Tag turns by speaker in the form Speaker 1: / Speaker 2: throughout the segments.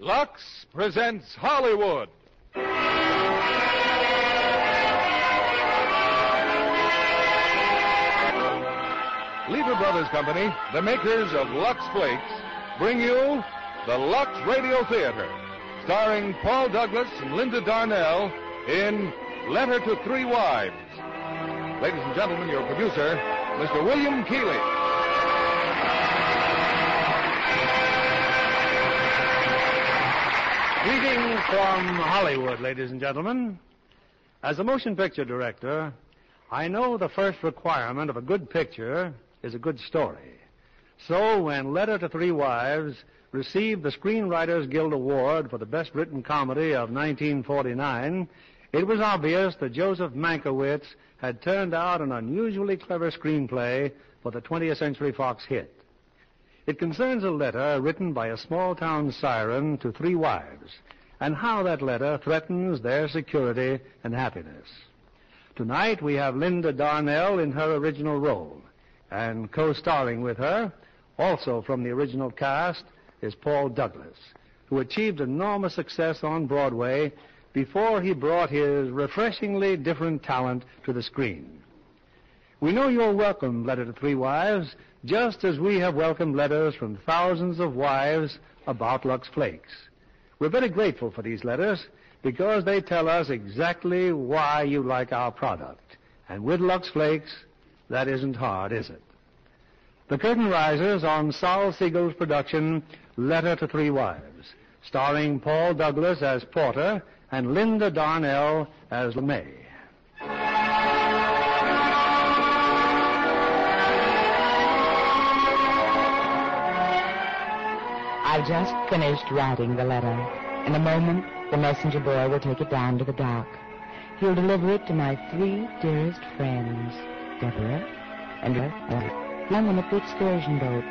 Speaker 1: Lux presents Hollywood. Lever Brothers Company, the makers of Lux Flakes, bring you the Lux Radio Theater, starring Paul Douglas and Linda Darnell in Letter to Three Wives. Ladies and gentlemen, your producer, Mr. William Keeley.
Speaker 2: Greetings from Hollywood, ladies and gentlemen. As a motion picture director, I know the first requirement of a good picture is a good story. So when Letter to Three Wives received the Screenwriters Guild Award for the best written comedy of 1949, it was obvious that Joseph Mankiewicz had turned out an unusually clever screenplay for the 20th Century Fox hit. It concerns a letter written by a small town siren to three wives and how that letter threatens their security and happiness. Tonight we have Linda Darnell in her original role and co-starring with her, also from the original cast, is Paul Douglas, who achieved enormous success on Broadway before he brought his refreshingly different talent to the screen. We know you're welcome, Letter to Three Wives, just as we have welcomed letters from thousands of wives about Lux Flakes. We're very grateful for these letters because they tell us exactly why you like our product. And with Lux Flakes, that isn't hard, is it? The curtain rises on Sol Siegel's production, Letter to Three Wives, starring Paul Douglas as Porter and Linda Darnell as LeMay.
Speaker 3: I just finished writing the letter. In a moment, the messenger boy will take it down to the dock. He'll deliver it to my three dearest friends, Deborah and uh, London at the excursion boat.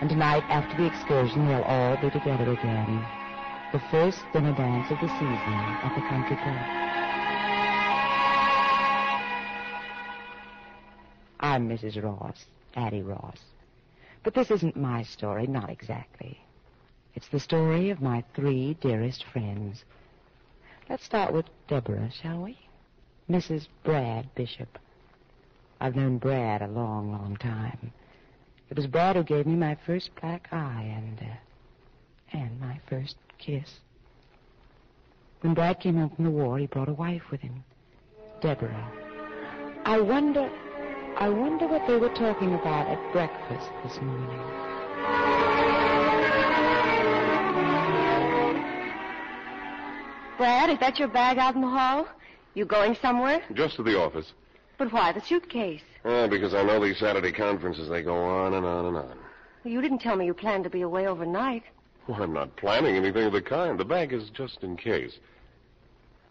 Speaker 3: And tonight, after the excursion, we'll all be together again. The first dinner dance of the season at the country club. I'm Mrs. Ross, Addie Ross. But this isn't my story, not exactly. It's the story of my three dearest friends. Let's start with Deborah, shall we? Mrs. Brad Bishop. I've known Brad a long, long time. It was Brad who gave me my first black eye and, uh, and my first kiss. When Brad came home from the war, he brought a wife with him, Deborah. I wonder, I wonder what they were talking about at breakfast this morning.
Speaker 4: Brad, is that your bag out in the hall? You going somewhere?
Speaker 5: Just to the office.
Speaker 4: But why the suitcase?
Speaker 5: Well, because I know these Saturday conferences, they go on and on and on.
Speaker 4: Well, you didn't tell me you planned to be away overnight.
Speaker 5: Well, I'm not planning anything of the kind. The bag is just in case.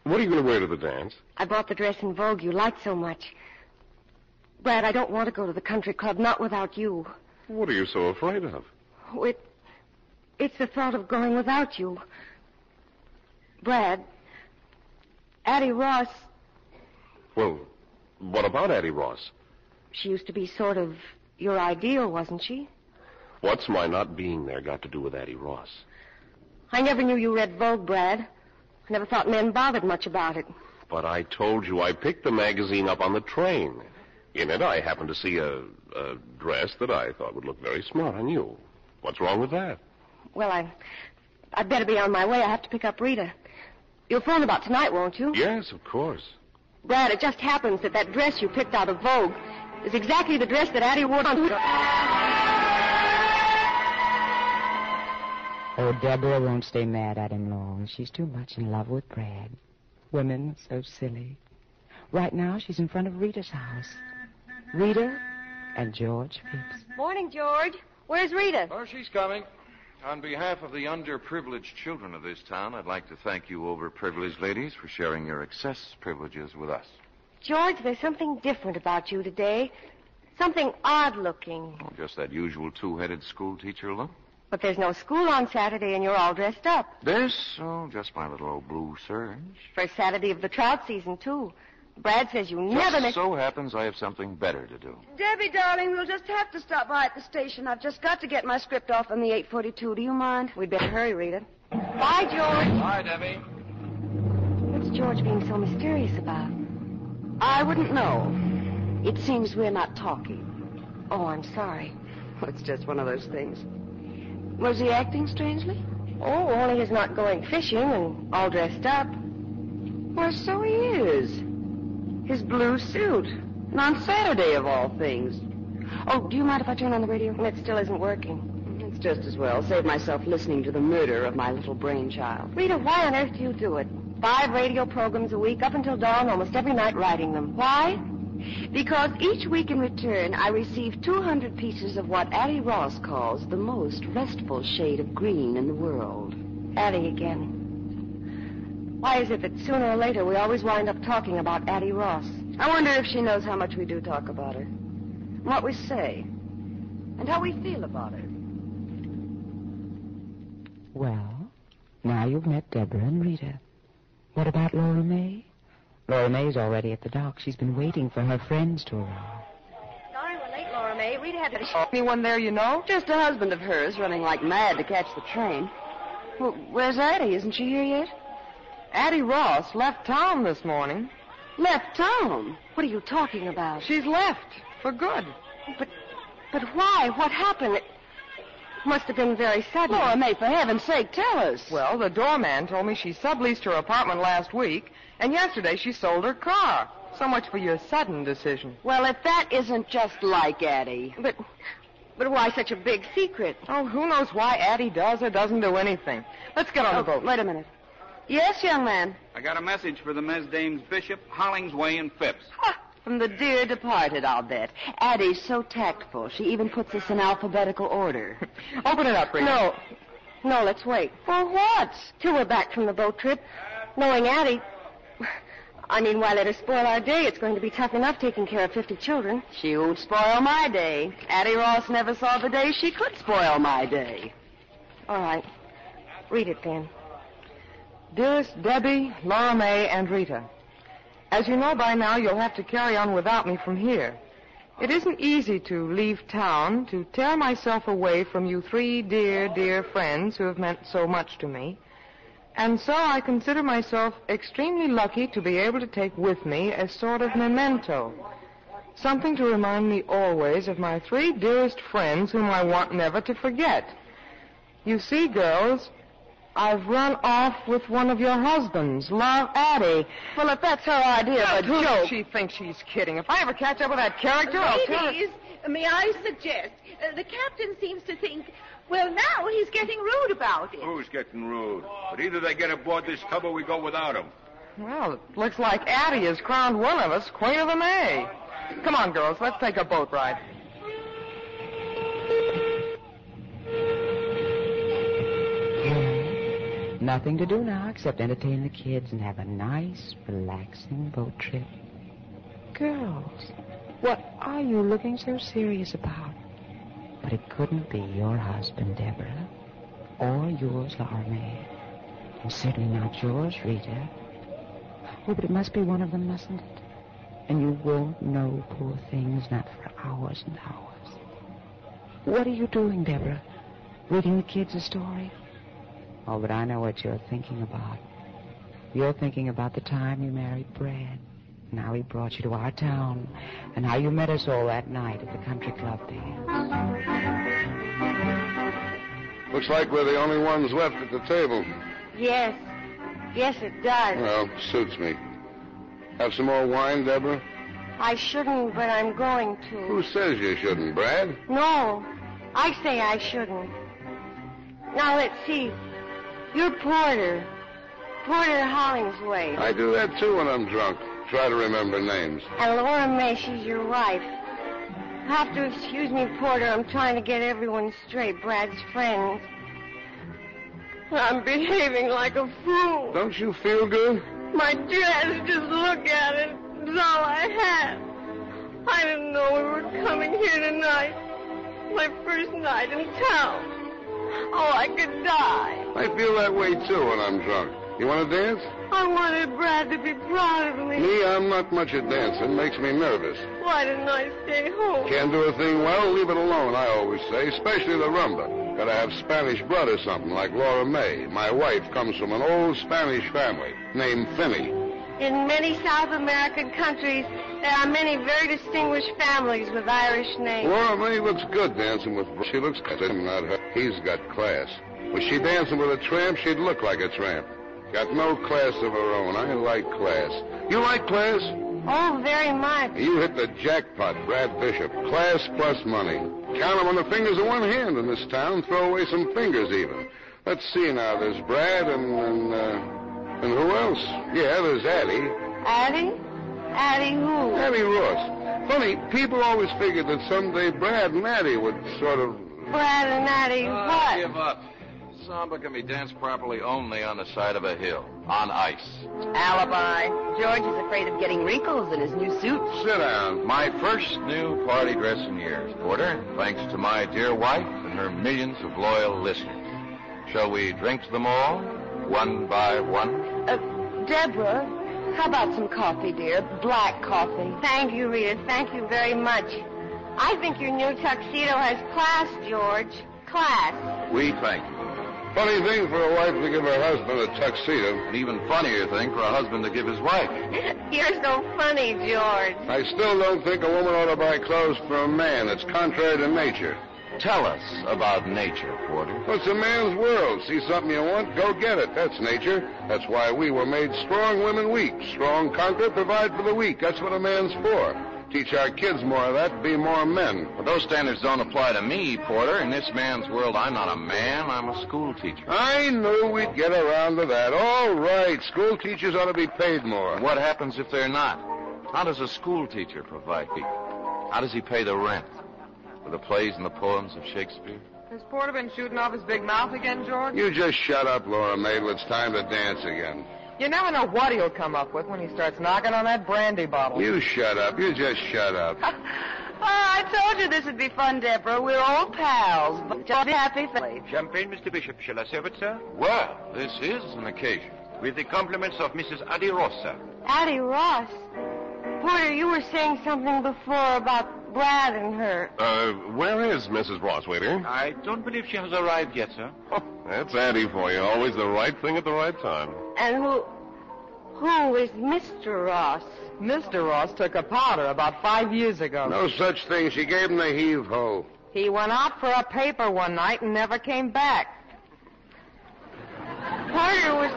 Speaker 5: What are you going to wear to the dance?
Speaker 4: I bought the dress in Vogue you liked so much. Brad, I don't want to go to the country club, not without you.
Speaker 5: What are you so afraid of?
Speaker 4: Oh, it, it's the thought of going without you. Brad, Addie Ross,
Speaker 5: Well, what about Addie Ross?
Speaker 4: she used to be sort of your ideal, wasn't she?
Speaker 5: What's my not being there got to do with Addie Ross?
Speaker 4: I never knew you read Vogue, Brad. I never thought men bothered much about it.
Speaker 5: But I told you I picked the magazine up on the train. In it, I happened to see a, a dress that I thought would look very smart on you. What's wrong with that?
Speaker 4: Well, I, I'd better be on my way. I have to pick up Rita. You'll phone about tonight, won't you?
Speaker 5: Yes, of course.
Speaker 4: Brad, it just happens that that dress you picked out of Vogue is exactly the dress that Addie wore on.
Speaker 3: Oh, Deborah won't stay mad at him long. She's too much in love with Brad. Women are so silly. Right now, she's in front of Rita's house. Rita and George Phipps.
Speaker 4: Morning, George. Where's Rita?
Speaker 6: Oh, she's coming. On behalf of the underprivileged children of this town, I'd like to thank you, overprivileged ladies, for sharing your excess privileges with us.
Speaker 4: George, there's something different about you today. Something odd looking.
Speaker 6: Oh, Just that usual two-headed schoolteacher look.
Speaker 4: But there's no school on Saturday and you're all dressed up.
Speaker 6: This, oh, just my little old blue serge.
Speaker 4: First Saturday of the trout season, too. Brad says you never
Speaker 6: just
Speaker 4: make.
Speaker 6: so happens I have something better to do.
Speaker 7: Debbie, darling, we'll just have to stop by at the station. I've just got to get my script off on the 842. Do you mind?
Speaker 4: We'd better hurry, Rita. Bye, George.
Speaker 6: Hi, Debbie.
Speaker 4: What's George being so mysterious about? I wouldn't know. It seems we're not talking. Oh, I'm sorry.
Speaker 7: It's just one of those things. Was he acting strangely?
Speaker 4: Oh, only he's not going fishing and all dressed up.
Speaker 7: Well, so he is. His blue suit. And on Saturday, of all things.
Speaker 4: Oh, do you mind if I turn on the radio? It still isn't working.
Speaker 7: It's just as well. Save myself listening to the murder of my little brainchild.
Speaker 4: Rita, why on earth do you do it? Five radio programs a week, up until dawn, almost every night writing them. Why?
Speaker 7: Because each week in return, I receive 200 pieces of what Addie Ross calls the most restful shade of green in the world.
Speaker 4: Addie again. Why is it that sooner or later we always wind up talking about Addie Ross?
Speaker 7: I wonder if she knows how much we do talk about her, and what we say, and how we feel about her.
Speaker 3: Well, now you've met Deborah and Rita. What about Laura May? Laura May's already at the dock. She's been waiting for her friends to arrive.
Speaker 4: Sorry we're late, Laura May. Rita had to...
Speaker 7: Anyone there you know? Just a husband of hers running like mad to catch the train. Well, where's Addie? Isn't she here yet?
Speaker 8: Addie Ross left town this morning.
Speaker 7: Left town.
Speaker 4: What are you talking about?
Speaker 8: She's left for good.
Speaker 4: But, but why? What happened? It must have been very sudden.
Speaker 7: Laura May, for heaven's sake, tell us.
Speaker 8: Well, the doorman told me she subleased her apartment last week, and yesterday she sold her car. So much for your sudden decision.
Speaker 7: well, if that isn't just like Addie.
Speaker 4: But, but why such a big secret?
Speaker 8: Oh, who knows why Addie does or doesn't do anything? Let's get on
Speaker 4: Oh,
Speaker 8: the boat.
Speaker 7: Wait a minute. Yes, young man.
Speaker 9: I got a message for the Mesdames Bishop, Hollingsway, and Phipps.
Speaker 7: From the dear departed, I'll bet. Addie's so tactful. She even puts us in alphabetical order.
Speaker 8: Open it up, Rita.
Speaker 4: No. No, let's wait. For what? Till we're back from the boat trip. Knowing Addie... I mean, why let her spoil our day? It's going to be tough enough taking care of 50 children.
Speaker 7: She won't spoil my day. Addie Ross never saw the day she could spoil my day.
Speaker 4: All right. Read it, then.
Speaker 8: Dearest Debbie, Laura May, and Rita, as you know by now, you'll have to carry on without me from here. It isn't easy to leave town, to tear myself away from you three dear, dear friends who have meant so much to me. And so I consider myself extremely lucky to be able to take with me a sort of memento. Something to remind me always of my three dearest friends whom I want never to forget. You see, girls, I've run off with one of your husbands, Love Addie. Well, if that's her idea of a joke. She thinks she's kidding. If I ever catch up with that character, I'll tell her.
Speaker 10: Ladies, may I suggest? Uh, the captain seems to think, well, now he's getting rude about it.
Speaker 9: Who's getting rude? But either they get aboard this tub or we go without them.
Speaker 8: Well, it looks like Addie has crowned one of us Queen of the May. Come on, girls, let's take a boat ride.
Speaker 3: Nothing to do now except entertain the kids and have a nice, relaxing boat trip. Girls, what are you looking so serious about? But it couldn't be your husband, Deborah, or yours, Laura May. And certainly not yours, Rita. Oh, but it must be one of them, mustn't it? And you won't know, poor things, not for hours and hours. What are you doing, Deborah? Reading the kids a story? Oh, but I know what you're thinking about. You're thinking about the time you married Brad, and how he brought you to our town, and how you met us all that night at the country club there.
Speaker 9: Looks like we're the only ones left at the table.
Speaker 4: Yes. Yes, it does.
Speaker 9: Well, suits me. Have some more wine, Deborah?
Speaker 4: I shouldn't, but I'm going to.
Speaker 9: Who says you shouldn't, Brad?
Speaker 4: No, I say I shouldn't. Now let's see. You're Porter. Porter Hollingsway.
Speaker 9: I do that too when I'm drunk. Try to remember names.
Speaker 4: And Laura May, she's your wife. Have to excuse me, Porter. I'm trying to get everyone straight. Brad's friends. I'm behaving like a fool.
Speaker 9: Don't you feel good?
Speaker 4: My dress, just look at it. It's all I had. I didn't know we were coming here tonight. My first night in town. Oh, I could die.
Speaker 9: I feel that way too when I'm drunk. You want to dance?
Speaker 4: I wanted Brad to be proud of me.
Speaker 9: Me, um, I'm not much at dancing. Makes me nervous.
Speaker 4: Why didn't I stay home?
Speaker 9: Can't do a thing well, leave it alone, I always say, especially the rumba. Gotta have Spanish blood or something, like Laura May. My wife comes from an old Spanish family named Finney.
Speaker 4: In many South American countries, there are many very distinguished families with Irish names.
Speaker 9: Laura May looks good dancing with. She looks good, not her. He's got class. Was she dancing with a tramp, she'd look like a tramp. Got no class of her own. I like class. You like class?
Speaker 4: Oh, very much.
Speaker 9: You hit the jackpot, Brad Bishop. Class plus money. Count 'em on the fingers of one hand in this town. Throw away some fingers even. Let's see now. There's Brad and and, uh, and who else? Yeah, there's Addie.
Speaker 4: Addie? Addie who?
Speaker 9: Addie Ross. Funny, people always figured that someday Brad and Addie would sort of.
Speaker 4: Brad and Addie
Speaker 9: Uh,
Speaker 4: what?
Speaker 6: give up. Samba can be danced properly only on the side of a hill, on ice.
Speaker 7: Alibi. George is afraid of getting wrinkles in his new suit.
Speaker 6: Sit down. My first new party dress in years, Porter, thanks to my dear wife and her millions of loyal listeners. Shall we drink to them all, one by one?
Speaker 7: Uh, Deborah, how about some coffee, dear? Black coffee.
Speaker 4: Thank you, Rita. Thank you very much. I think your new tuxedo has class, George. Class.
Speaker 6: We thank you.
Speaker 9: Funny thing for a wife to give her husband a tuxedo.
Speaker 6: An even funnier thing for a husband to give his wife.
Speaker 4: You're so funny, George.
Speaker 9: I still don't think a woman ought to buy clothes for a man. It's contrary to nature.
Speaker 6: Tell us about nature, Porter.
Speaker 9: Well, it's a man's world. See something you want, go get it. That's nature. That's why we were made strong women weak. Strong conquer, provide for the weak. That's what a man's for. Teach our kids more of that, be more men.
Speaker 6: But those standards don't apply to me, Porter. In this man's world, I'm not a man. I'm a school teacher.
Speaker 9: I knew we'd get around to that. All right, school teachers ought to be paid more.
Speaker 6: What happens if they're not? How does a school teacher provide people? How does he pay the rent? For the plays and the poems of Shakespeare?
Speaker 8: Has Porter been shooting off his big mouth again, George?
Speaker 9: You just shut up, Laura Mabel. It's time to dance again.
Speaker 8: You never know what he'll come up with when he starts knocking on that brandy bottle.
Speaker 9: You shut up. You just shut up.
Speaker 7: Oh, I told you this would be fun, Deborah. We're old pals. But just be happy family.
Speaker 1: Champagne, Mr. Bishop. Shall I serve it, sir?
Speaker 6: Well, this is an occasion.
Speaker 1: With the compliments of Mrs. Addie Ross, sir.
Speaker 4: Addie Ross. Porter, you were saying something before about Brad and her.
Speaker 5: Uh, where is Mrs. Ross, waiter?
Speaker 1: I don't believe she has arrived yet, sir.
Speaker 5: That's Addie for you. Always the right thing at the right time.
Speaker 4: And who. Who is Mr. Ross?
Speaker 8: Mr. Ross took a powder about five years ago.
Speaker 9: No such thing. She gave him the heave ho.
Speaker 8: He went out for a paper one night and never came back.
Speaker 4: Porter was.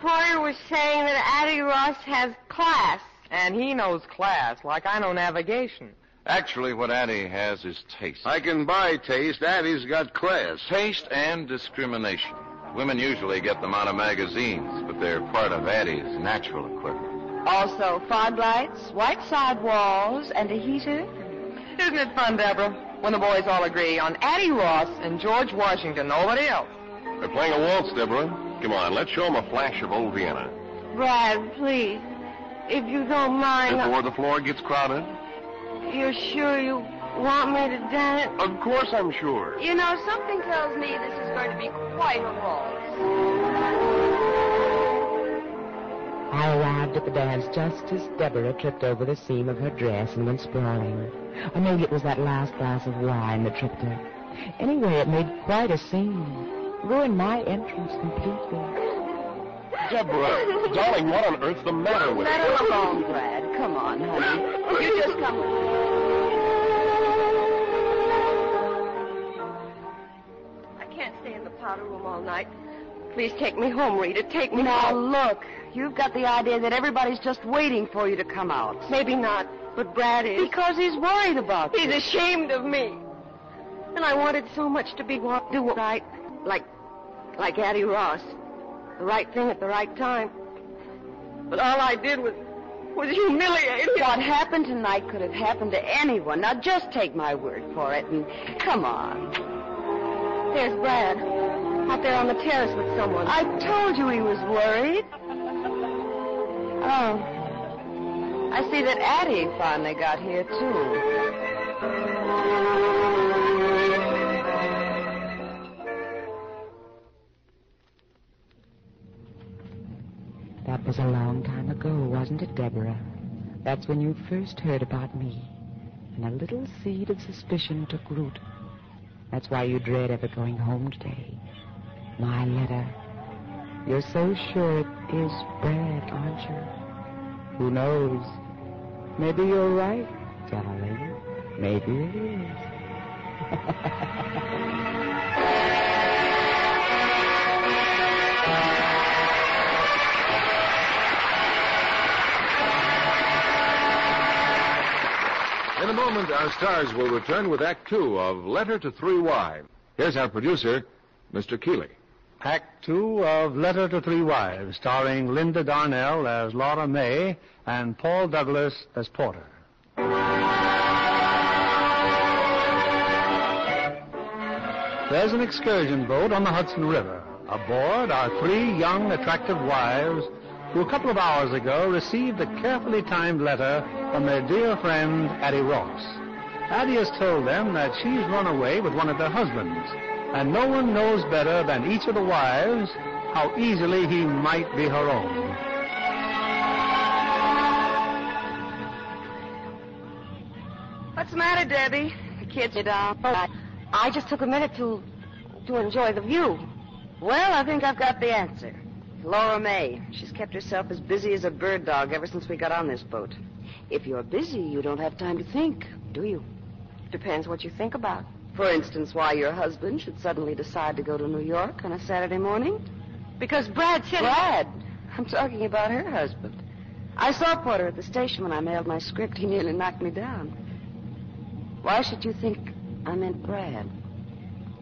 Speaker 4: Porter was saying that Addie Ross has class.
Speaker 8: And he knows class, like I know navigation.
Speaker 6: Actually, what Addie has is taste.
Speaker 9: I can buy taste. Addie's got class.
Speaker 6: Taste and discrimination. Women usually get them out of magazines, but they're part of Addie's natural equipment.
Speaker 7: Also, fog lights, white side walls, and a heater.
Speaker 8: Isn't it fun, Deborah, when the boys all agree on Addie Ross and George Washington, nobody else?
Speaker 5: They're playing a waltz, Deborah. Come on, let's show 'em a flash of old Vienna.
Speaker 4: Brad, please. If you don't mind.
Speaker 5: Before the floor gets crowded.
Speaker 4: You're sure you want me to dance?
Speaker 5: Of course I'm sure.
Speaker 7: You know, something tells me this is going to be quite a waltz.
Speaker 3: at the dance just as Deborah tripped over the seam of her dress and went sprawling. Or maybe it was that last glass of wine that tripped her. Anyway, it made quite a scene. Ruined my entrance completely.
Speaker 5: Deborah, darling, what on earth's the matter with
Speaker 7: Let
Speaker 5: you?
Speaker 7: her alone, Brad. Come on, honey. You just come with me.
Speaker 4: I can't stay in the powder room all night. Please take me home, Rita. Take me
Speaker 7: Now,
Speaker 4: home.
Speaker 7: look, you've got the idea that everybody's just waiting for you to come out.
Speaker 4: Maybe not, but Brad is.
Speaker 7: Because he's worried about
Speaker 4: He's
Speaker 7: you.
Speaker 4: ashamed of me. And I wanted so much to be wa- do right, like, like Addie Ross, the right thing at the right time. But all I did was, was humiliate him.
Speaker 7: What happened tonight could have happened to anyone. Now, just take my word for it and come on.
Speaker 4: There's Brad, out there on the terrace with someone.
Speaker 7: I told you he was worried. Oh. I see that Addie finally got here, too.
Speaker 3: That was a long time ago, wasn't it, Deborah? That's when you first heard about me. And a little seed of suspicion took root. That's why you dread ever going home today. My letter. You're so sure it is Brad, aren't you? Who knows? Maybe you're right, darling. Maybe it is.
Speaker 11: In a moment, our stars will return with Act Two of Letter to Three Wives. Here's our producer, Mr. Keeley.
Speaker 2: Act two of Letter to Three Wives, starring Linda Darnell as Laura May and Paul Douglas as Porter. There's an excursion boat on the Hudson River. Aboard are three young, attractive wives who a couple of hours ago received a carefully timed letter from their dear friend, Addie Ross. Addie has told them that she's run away with one of their husbands, and no one knows better than each of the wives how easily he might be her own.
Speaker 4: What's the matter, Debbie? The kids are down. Oh, I, I just took a minute to, to enjoy the view.
Speaker 7: Well, I think I've got the answer. Laura May. She's kept herself as busy as a bird dog ever since we got on this boat. If you're busy, you don't have time to think, do you?
Speaker 4: Depends what you think about.
Speaker 7: For instance, why your husband should suddenly decide to go to New York on a Saturday morning? Because Brad said. Brad? I'm talking about her husband. I saw Porter at the station when I mailed my script. He nearly knocked me down. Why should you think I meant Brad?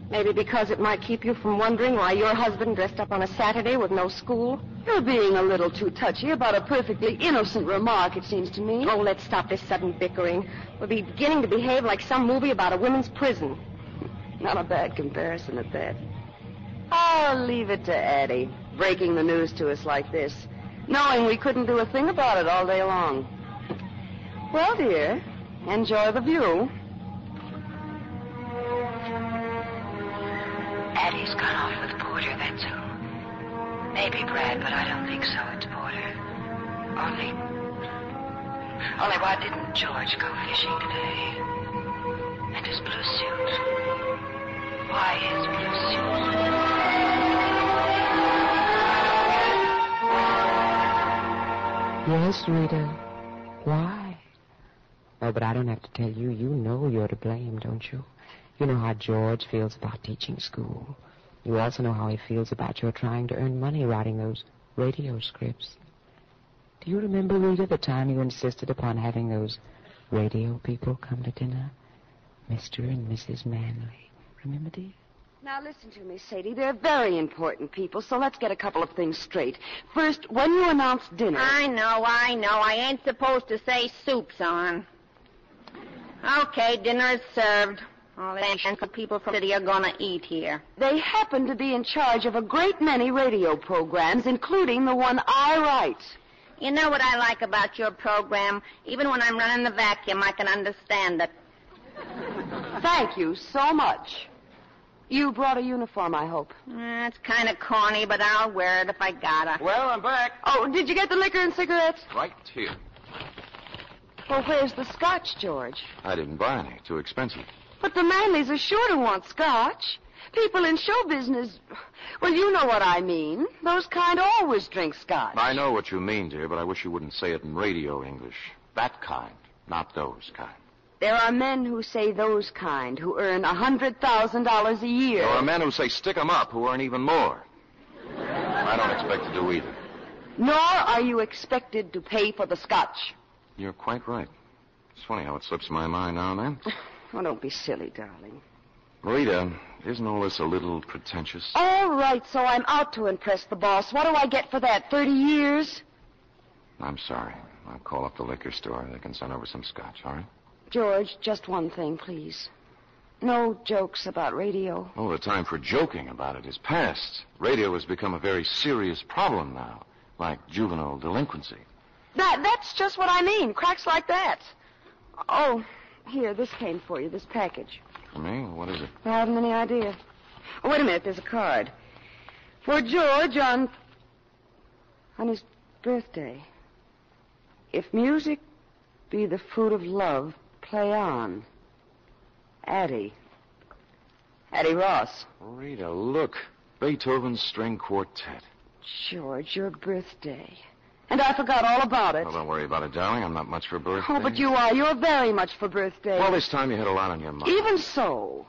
Speaker 4: Maybe because it might keep you from wondering why your husband dressed up on a Saturday with no school.
Speaker 7: You're being a little too touchy about a perfectly innocent remark, it seems to me.
Speaker 4: Oh, let's stop this sudden bickering. We'll be beginning to behave like some movie about a women's prison.
Speaker 7: Not a bad comparison at that. I'll leave it to Addie, breaking the news to us like this, knowing we couldn't do a thing about it all day long. Well, dear, enjoy the view.
Speaker 12: Addie's gone off with Porter, that's all. Maybe Brad, but I don't think so. It's Porter. Only. Only why didn't George go fishing today? And his blue suit. Why his blue suit?
Speaker 3: Yes, Rita. Why? Oh, but I don't have to tell you. You know you're to blame, don't you? You know how George feels about teaching school. You also know how he feels about your trying to earn money writing those radio scripts. Do you remember, Rita, the time you insisted upon having those radio people come to dinner? Mr. and Mrs. Manley. Remember, dear?
Speaker 7: Now, listen to me, Sadie. They're very important people, so let's get a couple of things straight. First, when you announce dinner.
Speaker 13: I know, I know. I ain't supposed to say soup's on. Okay, dinner is served. All the fancy people from the city are gonna eat here.
Speaker 7: They happen to be in charge of a great many radio programs, including the one I write.
Speaker 13: You know what I like about your program? Even when I'm running the vacuum, I can understand it.
Speaker 7: Thank you so much. You brought a uniform, I hope.
Speaker 13: That's Mm, kind of corny, but I'll wear it if I gotta.
Speaker 6: Well, I'm back.
Speaker 7: Oh, did you get the liquor and cigarettes?
Speaker 6: Right here.
Speaker 7: Well, where's the scotch, George?
Speaker 6: I didn't buy any. Too expensive.
Speaker 7: But the Manleys are sure to want scotch. People in show business, well, you know what I mean. Those kind always drink scotch.
Speaker 6: I know what you mean, dear, but I wish you wouldn't say it in radio English. That kind, not those kind.
Speaker 7: There are men who say those kind who earn a hundred thousand dollars a year.
Speaker 6: There are men who say stick 'em up who earn even more. I don't expect to do either.
Speaker 7: Nor are you expected to pay for the scotch.
Speaker 6: You're quite right. It's funny how it slips my mind now and then.
Speaker 7: Oh, don't be silly, darling.
Speaker 6: Rita, isn't all this a little pretentious?
Speaker 7: All right, so I'm out to impress the boss. What do I get for that? Thirty years?
Speaker 6: I'm sorry. I'll call up the liquor store. They can send over some scotch, all right?
Speaker 7: George, just one thing, please. No jokes about radio.
Speaker 6: Oh, the time for joking about it is past. Radio has become a very serious problem now, like juvenile delinquency.
Speaker 7: That that's just what I mean. Cracks like that. Oh, here, this came for you, this package.
Speaker 6: For me, what is it?
Speaker 7: I haven't any idea. Oh, wait a minute, there's a card. For George on on his birthday. If music be the fruit of love, play on. Addie. Addie Ross.
Speaker 6: Rita, look. Beethoven's string quartet.
Speaker 7: George, your birthday. And I forgot all about it.
Speaker 6: Well, don't worry about it, darling. I'm not much for birthdays.
Speaker 7: Oh, but you are. You're very much for birthday.
Speaker 6: Well, this time you had a lot on your mind.
Speaker 7: Even so.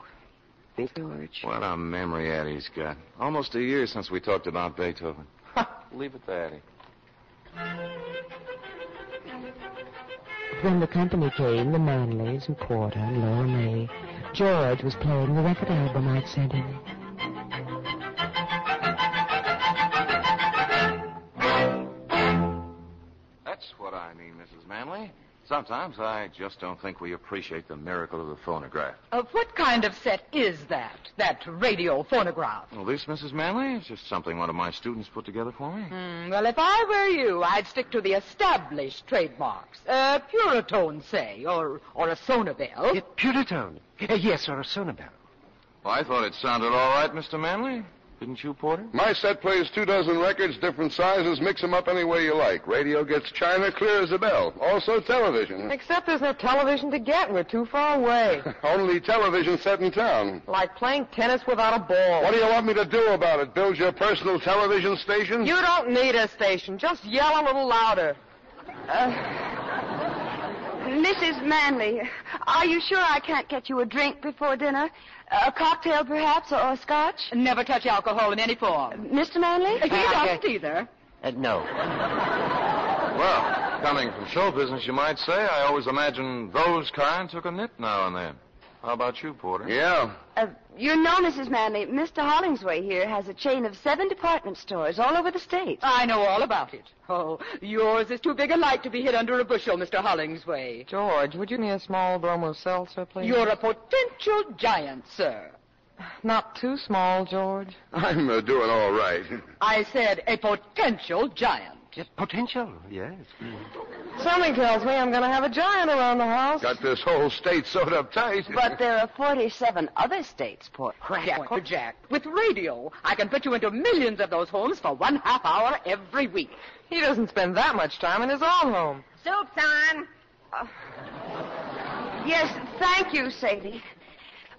Speaker 7: George.
Speaker 6: What a memory Addie's got. Almost a year since we talked about Beethoven. Leave it to Addie.
Speaker 3: When the company came, the Manleys and Porter and Laura May, George was playing the record album I'd sent him.
Speaker 6: That's what I mean, Mrs. Manley. Sometimes I just don't think we appreciate the miracle of the phonograph.
Speaker 14: Uh, what kind of set is that? That radio phonograph?
Speaker 6: Well, this, Mrs. Manley, is just something one of my students put together for me.
Speaker 14: Hmm, well, if I were you, I'd stick to the established trademarks. A Puritone, say, or, or a Sonabel.
Speaker 15: Puritone. Uh, yes, or a sonobel.
Speaker 6: Well, I thought it sounded all right, Mr. Manley. Didn't you, Porter?
Speaker 9: My set plays two dozen records, different sizes. Mix 'em up any way you like. Radio gets China clear as a bell. Also television.
Speaker 8: Except there's no television to get. We're too far away.
Speaker 9: Only television set in town.
Speaker 8: like playing tennis without a ball.
Speaker 9: What do you want me to do about it? Build your personal television station?
Speaker 8: You don't need a station. Just yell a little louder.
Speaker 7: Mrs. Uh, Manley, are you sure I can't get you a drink before dinner? A cocktail, perhaps, or, or scotch?
Speaker 14: Never touch alcohol in any form.
Speaker 7: Mr. Manley?
Speaker 14: He doesn't either.
Speaker 6: Uh, no. well, coming from show business, you might say, I always imagined those kind took a nip now and then. How about you, Porter?
Speaker 9: Yeah.
Speaker 7: Uh, you know, Mrs. Manley, Mr. Hollingsway here has a chain of seven department stores all over the state.
Speaker 14: I know all about it. Oh, yours is too big a light to be hid under a bushel, Mr. Hollingsway.
Speaker 8: George, would you give me a small bromo seltzer, please?
Speaker 14: You're a potential giant, sir.
Speaker 8: Not too small, George.
Speaker 9: I'm uh, doing all right.
Speaker 14: I said a potential giant.
Speaker 15: Potential, yes.
Speaker 8: Something tells me I'm going to have a giant around the house.
Speaker 9: Got this whole state sewed up tight.
Speaker 7: But there are 47 other states, Port.
Speaker 14: Jack, oh, Jack, with radio, I can put you into millions of those homes for one half hour every week.
Speaker 8: He doesn't spend that much time in his own home.
Speaker 13: Soup's on.
Speaker 7: Oh. Yes, thank you, Sadie.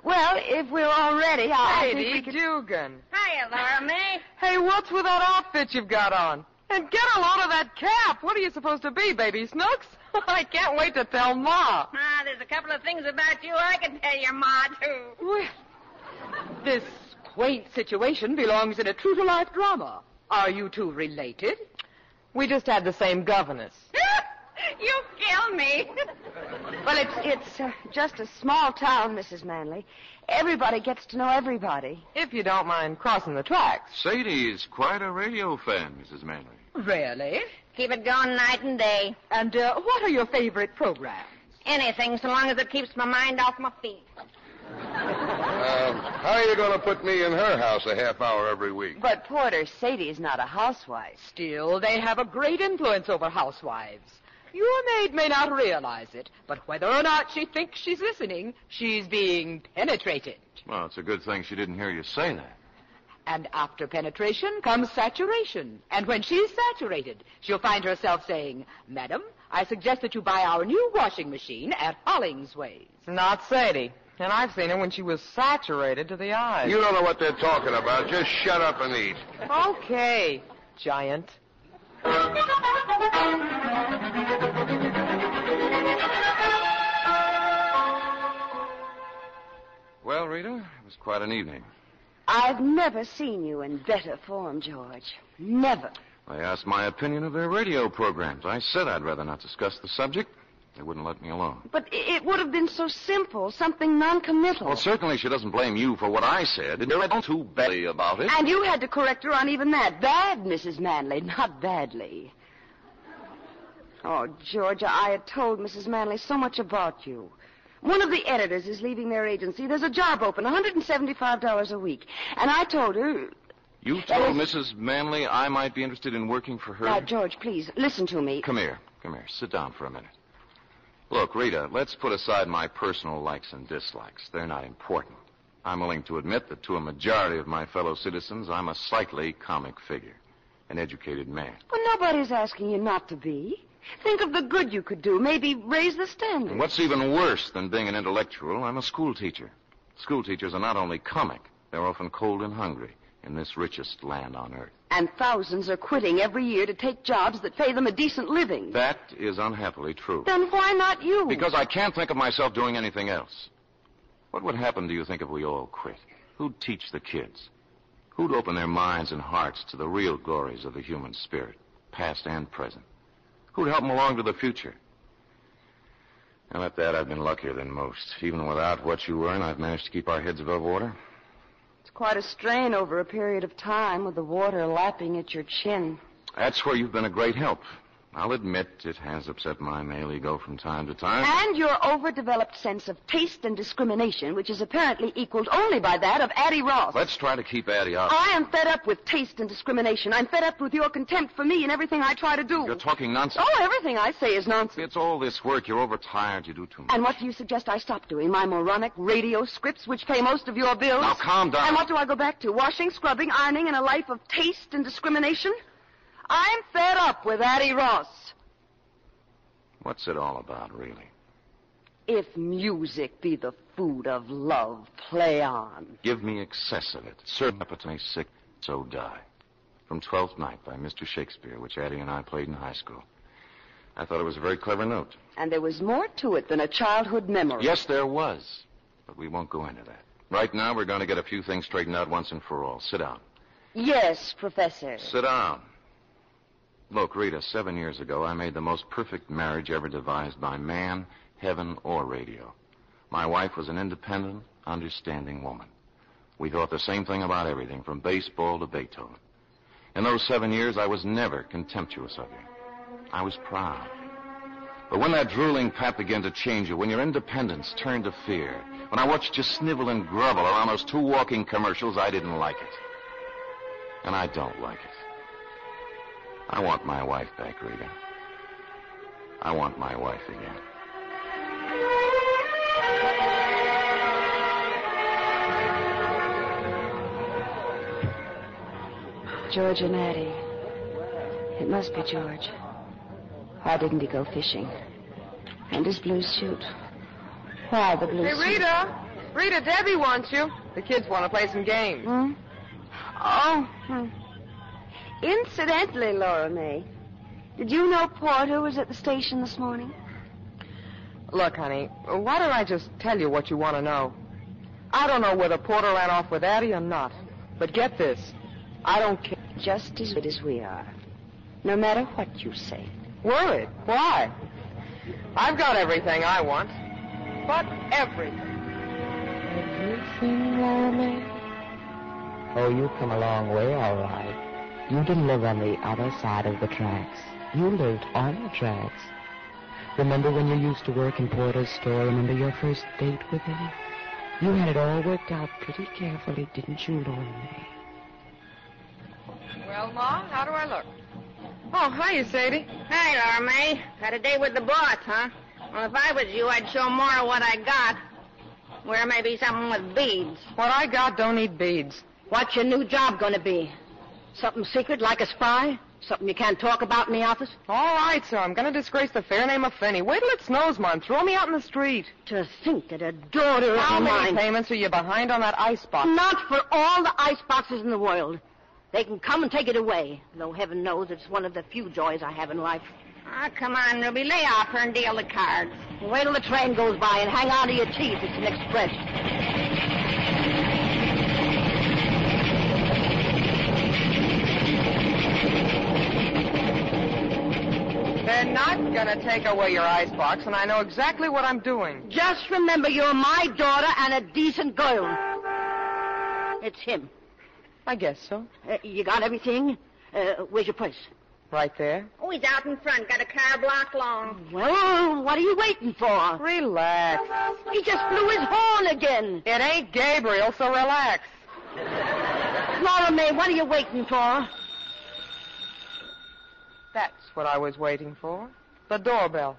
Speaker 7: Well, if we're all ready, I I think we
Speaker 8: Sadie
Speaker 7: could...
Speaker 8: Dugan.
Speaker 13: Hiya, Laura May.
Speaker 8: Hey, what's with that outfit you've got on? And get a load of that cap. What are you supposed to be, baby Snooks? I can't wait to tell Ma.
Speaker 13: Ah, there's a couple of things about you I can tell your ma, too.
Speaker 14: Well, this quaint situation belongs in a true-to-life drama. Are you two related?
Speaker 8: We just had the same governess.
Speaker 13: you kill me.
Speaker 7: Well, it's, it's uh, just a small town, Mrs. Manley. Everybody gets to know everybody.
Speaker 8: If you don't mind crossing the tracks.
Speaker 6: Sadie is quite a radio fan, Mrs. Manley.
Speaker 14: Really?
Speaker 13: Keep it going night and day.
Speaker 14: And uh, what are your favorite programs?
Speaker 13: Anything, so long as it keeps my mind off my feet.
Speaker 9: Uh, how are you going to put me in her house a half hour every week?
Speaker 7: But Porter, Sadie's not a housewife.
Speaker 14: Still, they have a great influence over housewives. Your maid may not realize it, but whether or not she thinks she's listening, she's being penetrated.
Speaker 6: Well, it's a good thing she didn't hear you say that.
Speaker 14: And after penetration comes saturation. And when she's saturated, she'll find herself saying, Madam, I suggest that you buy our new washing machine at Hollingsway.
Speaker 8: Not Sadie. And I've seen her when she was saturated to the eyes.
Speaker 9: You don't know what they're talking about. Just shut up and eat.
Speaker 8: Okay, giant.
Speaker 6: Well, Rita, it was quite an evening.
Speaker 7: I've never seen you in better form, George. Never.
Speaker 6: They asked my opinion of their radio programs. I said I'd rather not discuss the subject. They wouldn't let me alone.
Speaker 7: But i- it would have been so simple, something noncommittal.
Speaker 6: Well, certainly she doesn't blame you for what I said. And you're not too badly about it.
Speaker 7: And you had to correct her on even that. Bad, Mrs. Manley, not badly. Oh, Georgia, I had told Mrs. Manley so much about you. One of the editors is leaving their agency. There's a job open, $175 a week. And I told her,
Speaker 6: You told Mrs. Manley I might be interested in working for her.
Speaker 7: now, George, please, listen to me.
Speaker 6: Come here. Come here. Sit down for a minute. Look, Rita, let's put aside my personal likes and dislikes. They're not important. I'm willing to admit that to a majority of my fellow citizens, I'm a slightly comic figure, an educated man.
Speaker 7: Well, nobody's asking you not to be. Think of the good you could do. Maybe raise the standard.
Speaker 6: And what's even worse than being an intellectual, I'm a school teacher. School teachers are not only comic, they're often cold and hungry in this richest land on earth.
Speaker 7: And thousands are quitting every year to take jobs that pay them a decent living.
Speaker 6: That is unhappily true.
Speaker 7: Then why not you?
Speaker 6: Because I can't think of myself doing anything else. What would happen, do you think, if we all quit? Who'd teach the kids? Who'd open their minds and hearts to the real glories of the human spirit, past and present? Who'd help them along to the future? And at that, I've been luckier than most. Even without what you earn, I've managed to keep our heads above water.
Speaker 7: It's quite a strain over a period of time with the water lapping at your chin.
Speaker 6: That's where you've been a great help. I'll admit it has upset my male ego from time to time.
Speaker 7: And your overdeveloped sense of taste and discrimination, which is apparently equaled only by that of Addie Ross.
Speaker 6: Let's try to keep Addie out.
Speaker 7: I am fed up with taste and discrimination. I'm fed up with your contempt for me and everything I try to do.
Speaker 6: You're talking nonsense.
Speaker 7: Oh, everything I say is nonsense.
Speaker 6: It's all this work. You're overtired. You do too much.
Speaker 7: And what do you suggest I stop doing? My moronic radio scripts, which pay most of your bills?
Speaker 6: Now, calm down.
Speaker 7: And what do I go back to? Washing, scrubbing, ironing, and a life of taste and discrimination? I'm fed up with Addie Ross.
Speaker 6: What's it all about, really?
Speaker 7: If music be the food of love, play on.
Speaker 6: Give me excess of it. Serve up at me sick, so die. From Twelfth Night by Mr. Shakespeare, which Addie and I played in high school. I thought it was a very clever note.
Speaker 7: And there was more to it than a childhood memory.
Speaker 6: Yes, there was. But we won't go into that. Right now, we're going to get a few things straightened out once and for all. Sit down.
Speaker 7: Yes, Professor.
Speaker 6: Sit down. Look, Rita, seven years ago, I made the most perfect marriage ever devised by man, heaven, or radio. My wife was an independent, understanding woman. We thought the same thing about everything, from baseball to Beethoven. In those seven years, I was never contemptuous of you. I was proud. But when that drooling pap began to change you, when your independence turned to fear, when I watched you snivel and grovel around those two walking commercials, I didn't like it. And I don't like it. I want my wife back, Rita. I want my wife again.
Speaker 7: George and Addie. It must be George. Why didn't he go fishing? And his blue suit. Why the blue
Speaker 8: Hey,
Speaker 7: suit?
Speaker 8: Rita. Rita, Debbie wants you. The kids want to play some games.
Speaker 7: Hmm? Oh. hmm. Incidentally, Laura May, did you know Porter was at the station this morning?
Speaker 8: Look, honey, why don't I just tell you what you want to know? I don't know whether Porter ran off with Addie or not, but get this. I don't care.
Speaker 7: Just as good as we are. No matter what you say.
Speaker 8: Worried? Why? I've got everything I want. But everything.
Speaker 3: Everything I make. Oh, you come a long way, all right. You didn't live on the other side of the tracks. You lived on the tracks. Remember when you used to work in Porter's store? Remember your first date with him? You had it all worked out pretty carefully, didn't you, Lorna May?
Speaker 8: Well, Ma, how do I look? Oh, hiya, Sadie.
Speaker 13: Hey, Laramie. Had a day with the boss, huh? Well, if I was you, I'd show more of what I got. Wear maybe something with beads.
Speaker 8: What I got don't need beads.
Speaker 16: What's your new job going to be? Something secret like a spy? Something you can't talk about in the office?
Speaker 8: All right, sir. I'm going to disgrace the fair name of Finney. Wait till it snows, Mom. Throw me out in the street.
Speaker 16: To think that a daughter
Speaker 8: How
Speaker 16: of
Speaker 8: many
Speaker 16: mine...
Speaker 8: payments are you behind on that icebox?
Speaker 16: Not for all the ice boxes in the world. They can come and take it away, though heaven knows it's one of the few joys I have in life.
Speaker 13: Ah, come on, Ruby. Lay off her and deal the cards.
Speaker 16: Wait till the train goes by and hang on to your teeth. It's an express.
Speaker 8: They're not going to take away your icebox, and I know exactly what I'm doing.
Speaker 16: Just remember you're my daughter and a decent girl. It's him. Uh,
Speaker 8: I guess so.
Speaker 16: you got everything? Uh, where's your purse?
Speaker 8: Right there.
Speaker 13: Oh, he's out in front. Got a car block long.
Speaker 16: Well, what are you waiting for?
Speaker 8: Relax.
Speaker 16: He just blew his horn again.
Speaker 8: It ain't Gabriel, so relax.
Speaker 16: Laura May, what are you waiting for?
Speaker 8: That's what I was waiting for. The doorbell.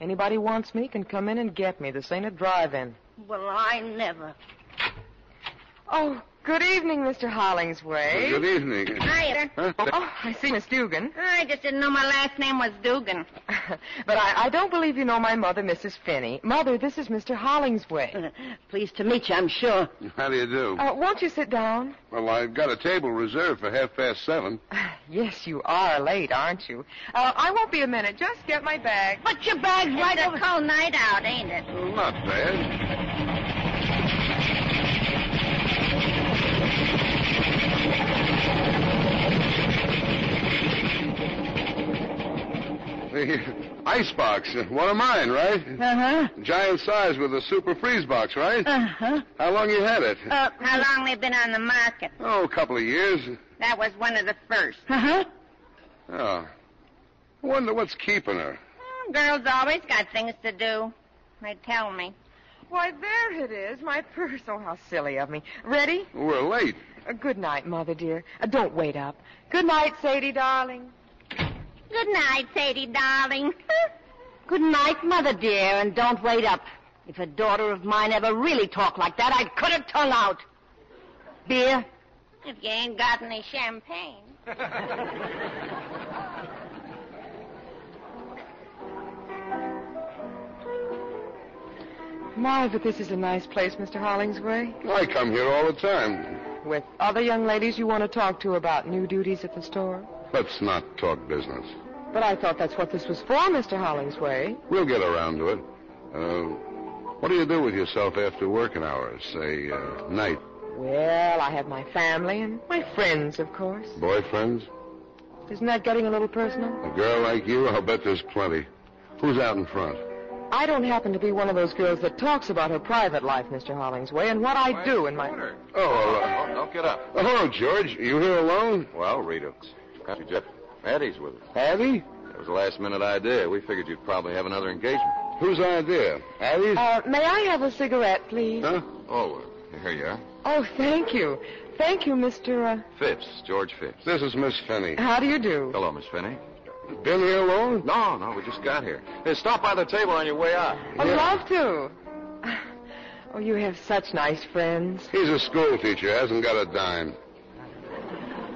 Speaker 8: Anybody wants me can come in and get me. This ain't a drive-in.
Speaker 16: Well, I never.
Speaker 8: Oh, good evening, Mr. Hollingsway.
Speaker 9: Good evening.
Speaker 13: Hiya.
Speaker 9: Huh?
Speaker 8: Oh, I see, Miss Dugan.
Speaker 13: I just didn't know my last name was Dugan.
Speaker 8: But I, I don't believe you know my mother, Mrs. Finney. Mother, this is Mr. Hollingsway.
Speaker 16: Pleased to meet you, I'm sure.
Speaker 9: How do you do?
Speaker 8: Uh, won't you sit down?
Speaker 9: Well, I've got a table reserved for half past seven.
Speaker 8: Yes, you are late, aren't you? Uh, I won't be a minute. Just get my bag.
Speaker 16: But your bag's
Speaker 13: It's a cold night out, ain't it?
Speaker 9: Not bad. The icebox, one of mine, right?
Speaker 16: Uh-huh.
Speaker 9: Giant size with a super freeze box, right?
Speaker 16: Uh-huh.
Speaker 9: How long you had it?
Speaker 13: Uh, how long they been on the market?
Speaker 9: oh, a couple of years.
Speaker 13: That was one of the first.
Speaker 16: Uh-huh.
Speaker 9: Oh. I wonder what's keeping her.
Speaker 13: Oh, girls always got things to do. They tell me.
Speaker 8: Why, there it is, my purse. Oh, how silly of me. Ready?
Speaker 9: We're late.
Speaker 8: Uh, good night, Mother, dear. Uh, don't wait up. Good night, Sadie, darling.
Speaker 13: Good night, Sadie, darling.
Speaker 16: Good night, Mother dear, and don't wait up. If a daughter of mine ever really talked like that, I'd cut her tongue out. Beer?
Speaker 13: if you ain't got any champagne.
Speaker 8: My, but this is a nice place, Mr. Hollingsway.
Speaker 9: I come here all the time.
Speaker 8: With other young ladies you want to talk to about new duties at the store?
Speaker 9: Let's not talk business.
Speaker 8: But I thought that's what this was for, Mr. Hollingsway.
Speaker 9: We'll get around to it. Uh, what do you do with yourself after working hours? Say, uh, night.
Speaker 8: Well, I have my family and my friends, of course.
Speaker 9: Boyfriends?
Speaker 8: Isn't that getting a little personal?
Speaker 9: A girl like you? I'll bet there's plenty. Who's out in front?
Speaker 8: I don't happen to be one of those girls that talks about her private life, Mr. Hollingsway, and what I do in my.
Speaker 9: Oh, uh,
Speaker 6: Oh, don't get up.
Speaker 9: oh, hello, George. You here alone?
Speaker 6: Well, Rita, Country Jeff, Addie's with us.
Speaker 9: Addie?
Speaker 6: That was a last minute idea. We figured you'd probably have another engagement.
Speaker 9: Whose idea? Addie's?
Speaker 8: Uh, may I have a cigarette, please?
Speaker 9: Huh?
Speaker 6: Oh, uh, here you are.
Speaker 8: Oh, thank you. Thank you, uh, Mr.
Speaker 6: Phipps, George Phipps.
Speaker 9: This is Miss Finney.
Speaker 8: Uh, how do you do?
Speaker 6: Hello, Miss Finney.
Speaker 9: Been here alone?
Speaker 6: No, no, we just got here. Hey, stop by the table on your way out.
Speaker 8: I'd love to. Oh, you have such nice friends.
Speaker 9: He's a school teacher, hasn't got a dime.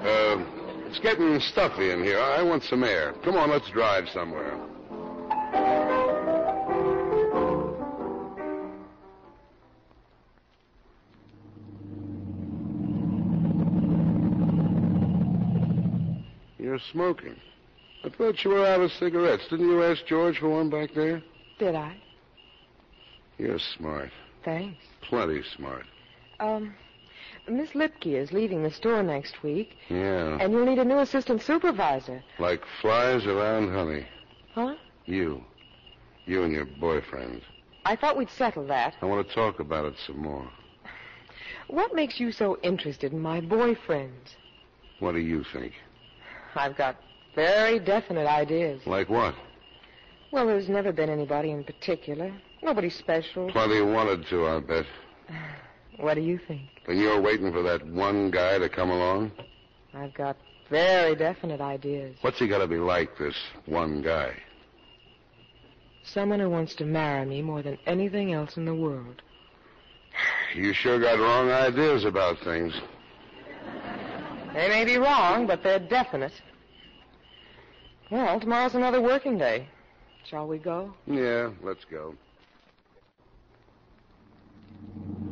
Speaker 9: Uh, it's getting stuffy in here. I want some air. Come on, let's drive somewhere. You're smoking. I thought you were out of cigarettes. Didn't you ask George for one back there?
Speaker 8: Did I?
Speaker 9: You're smart.
Speaker 8: Thanks.
Speaker 9: Plenty smart.
Speaker 8: Um, Miss Lipke is leaving the store next week,
Speaker 9: Yeah.
Speaker 8: and you'll need a new assistant supervisor.
Speaker 9: Like flies around honey.
Speaker 8: Huh?
Speaker 9: You. You and your boyfriend.
Speaker 8: I thought we'd settle that.
Speaker 9: I want to talk about it some more.
Speaker 8: What makes you so interested in my boyfriends?
Speaker 9: What do you think?
Speaker 8: I've got very definite ideas.
Speaker 9: Like what?
Speaker 8: Well, there's never been anybody in particular. Nobody special.
Speaker 9: Plenty wanted to, I bet.
Speaker 8: What do you think?
Speaker 9: Then you're waiting for that one guy to come along?
Speaker 8: I've got Very definite ideas.
Speaker 9: What's he got to be like, this one guy?
Speaker 8: Someone who wants to marry me more than anything else in the world.
Speaker 9: You sure got wrong ideas about things.
Speaker 8: They may be wrong, but they're definite. Well, tomorrow's another working day. Shall we go?
Speaker 9: Yeah, let's go.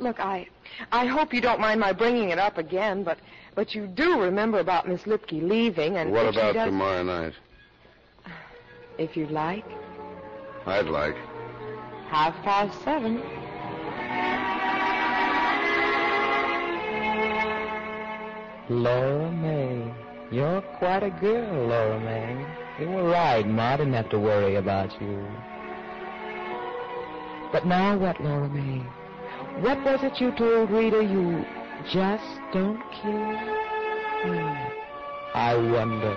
Speaker 8: Look, I, I hope you don't mind my bringing it up again, but, but you do remember about Miss Lipke leaving, and
Speaker 9: what
Speaker 8: if she
Speaker 9: about
Speaker 8: does-
Speaker 9: tomorrow night?
Speaker 8: If you like,
Speaker 9: I'd like.
Speaker 8: half past seven.
Speaker 17: Laura May. You're quite a girl, Laura May. You were right, Ma. I didn't have to worry about you.
Speaker 3: But now what, Laura May? What was it you told Rita you just don't care? Hmm.
Speaker 17: I wonder.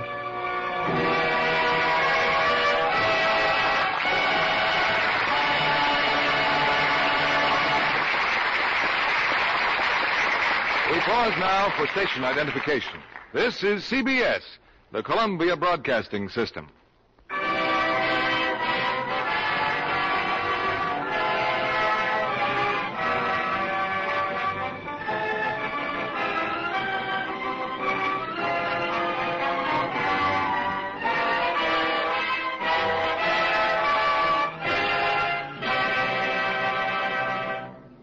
Speaker 11: We pause now for station identification. This is CBS, the Columbia Broadcasting System.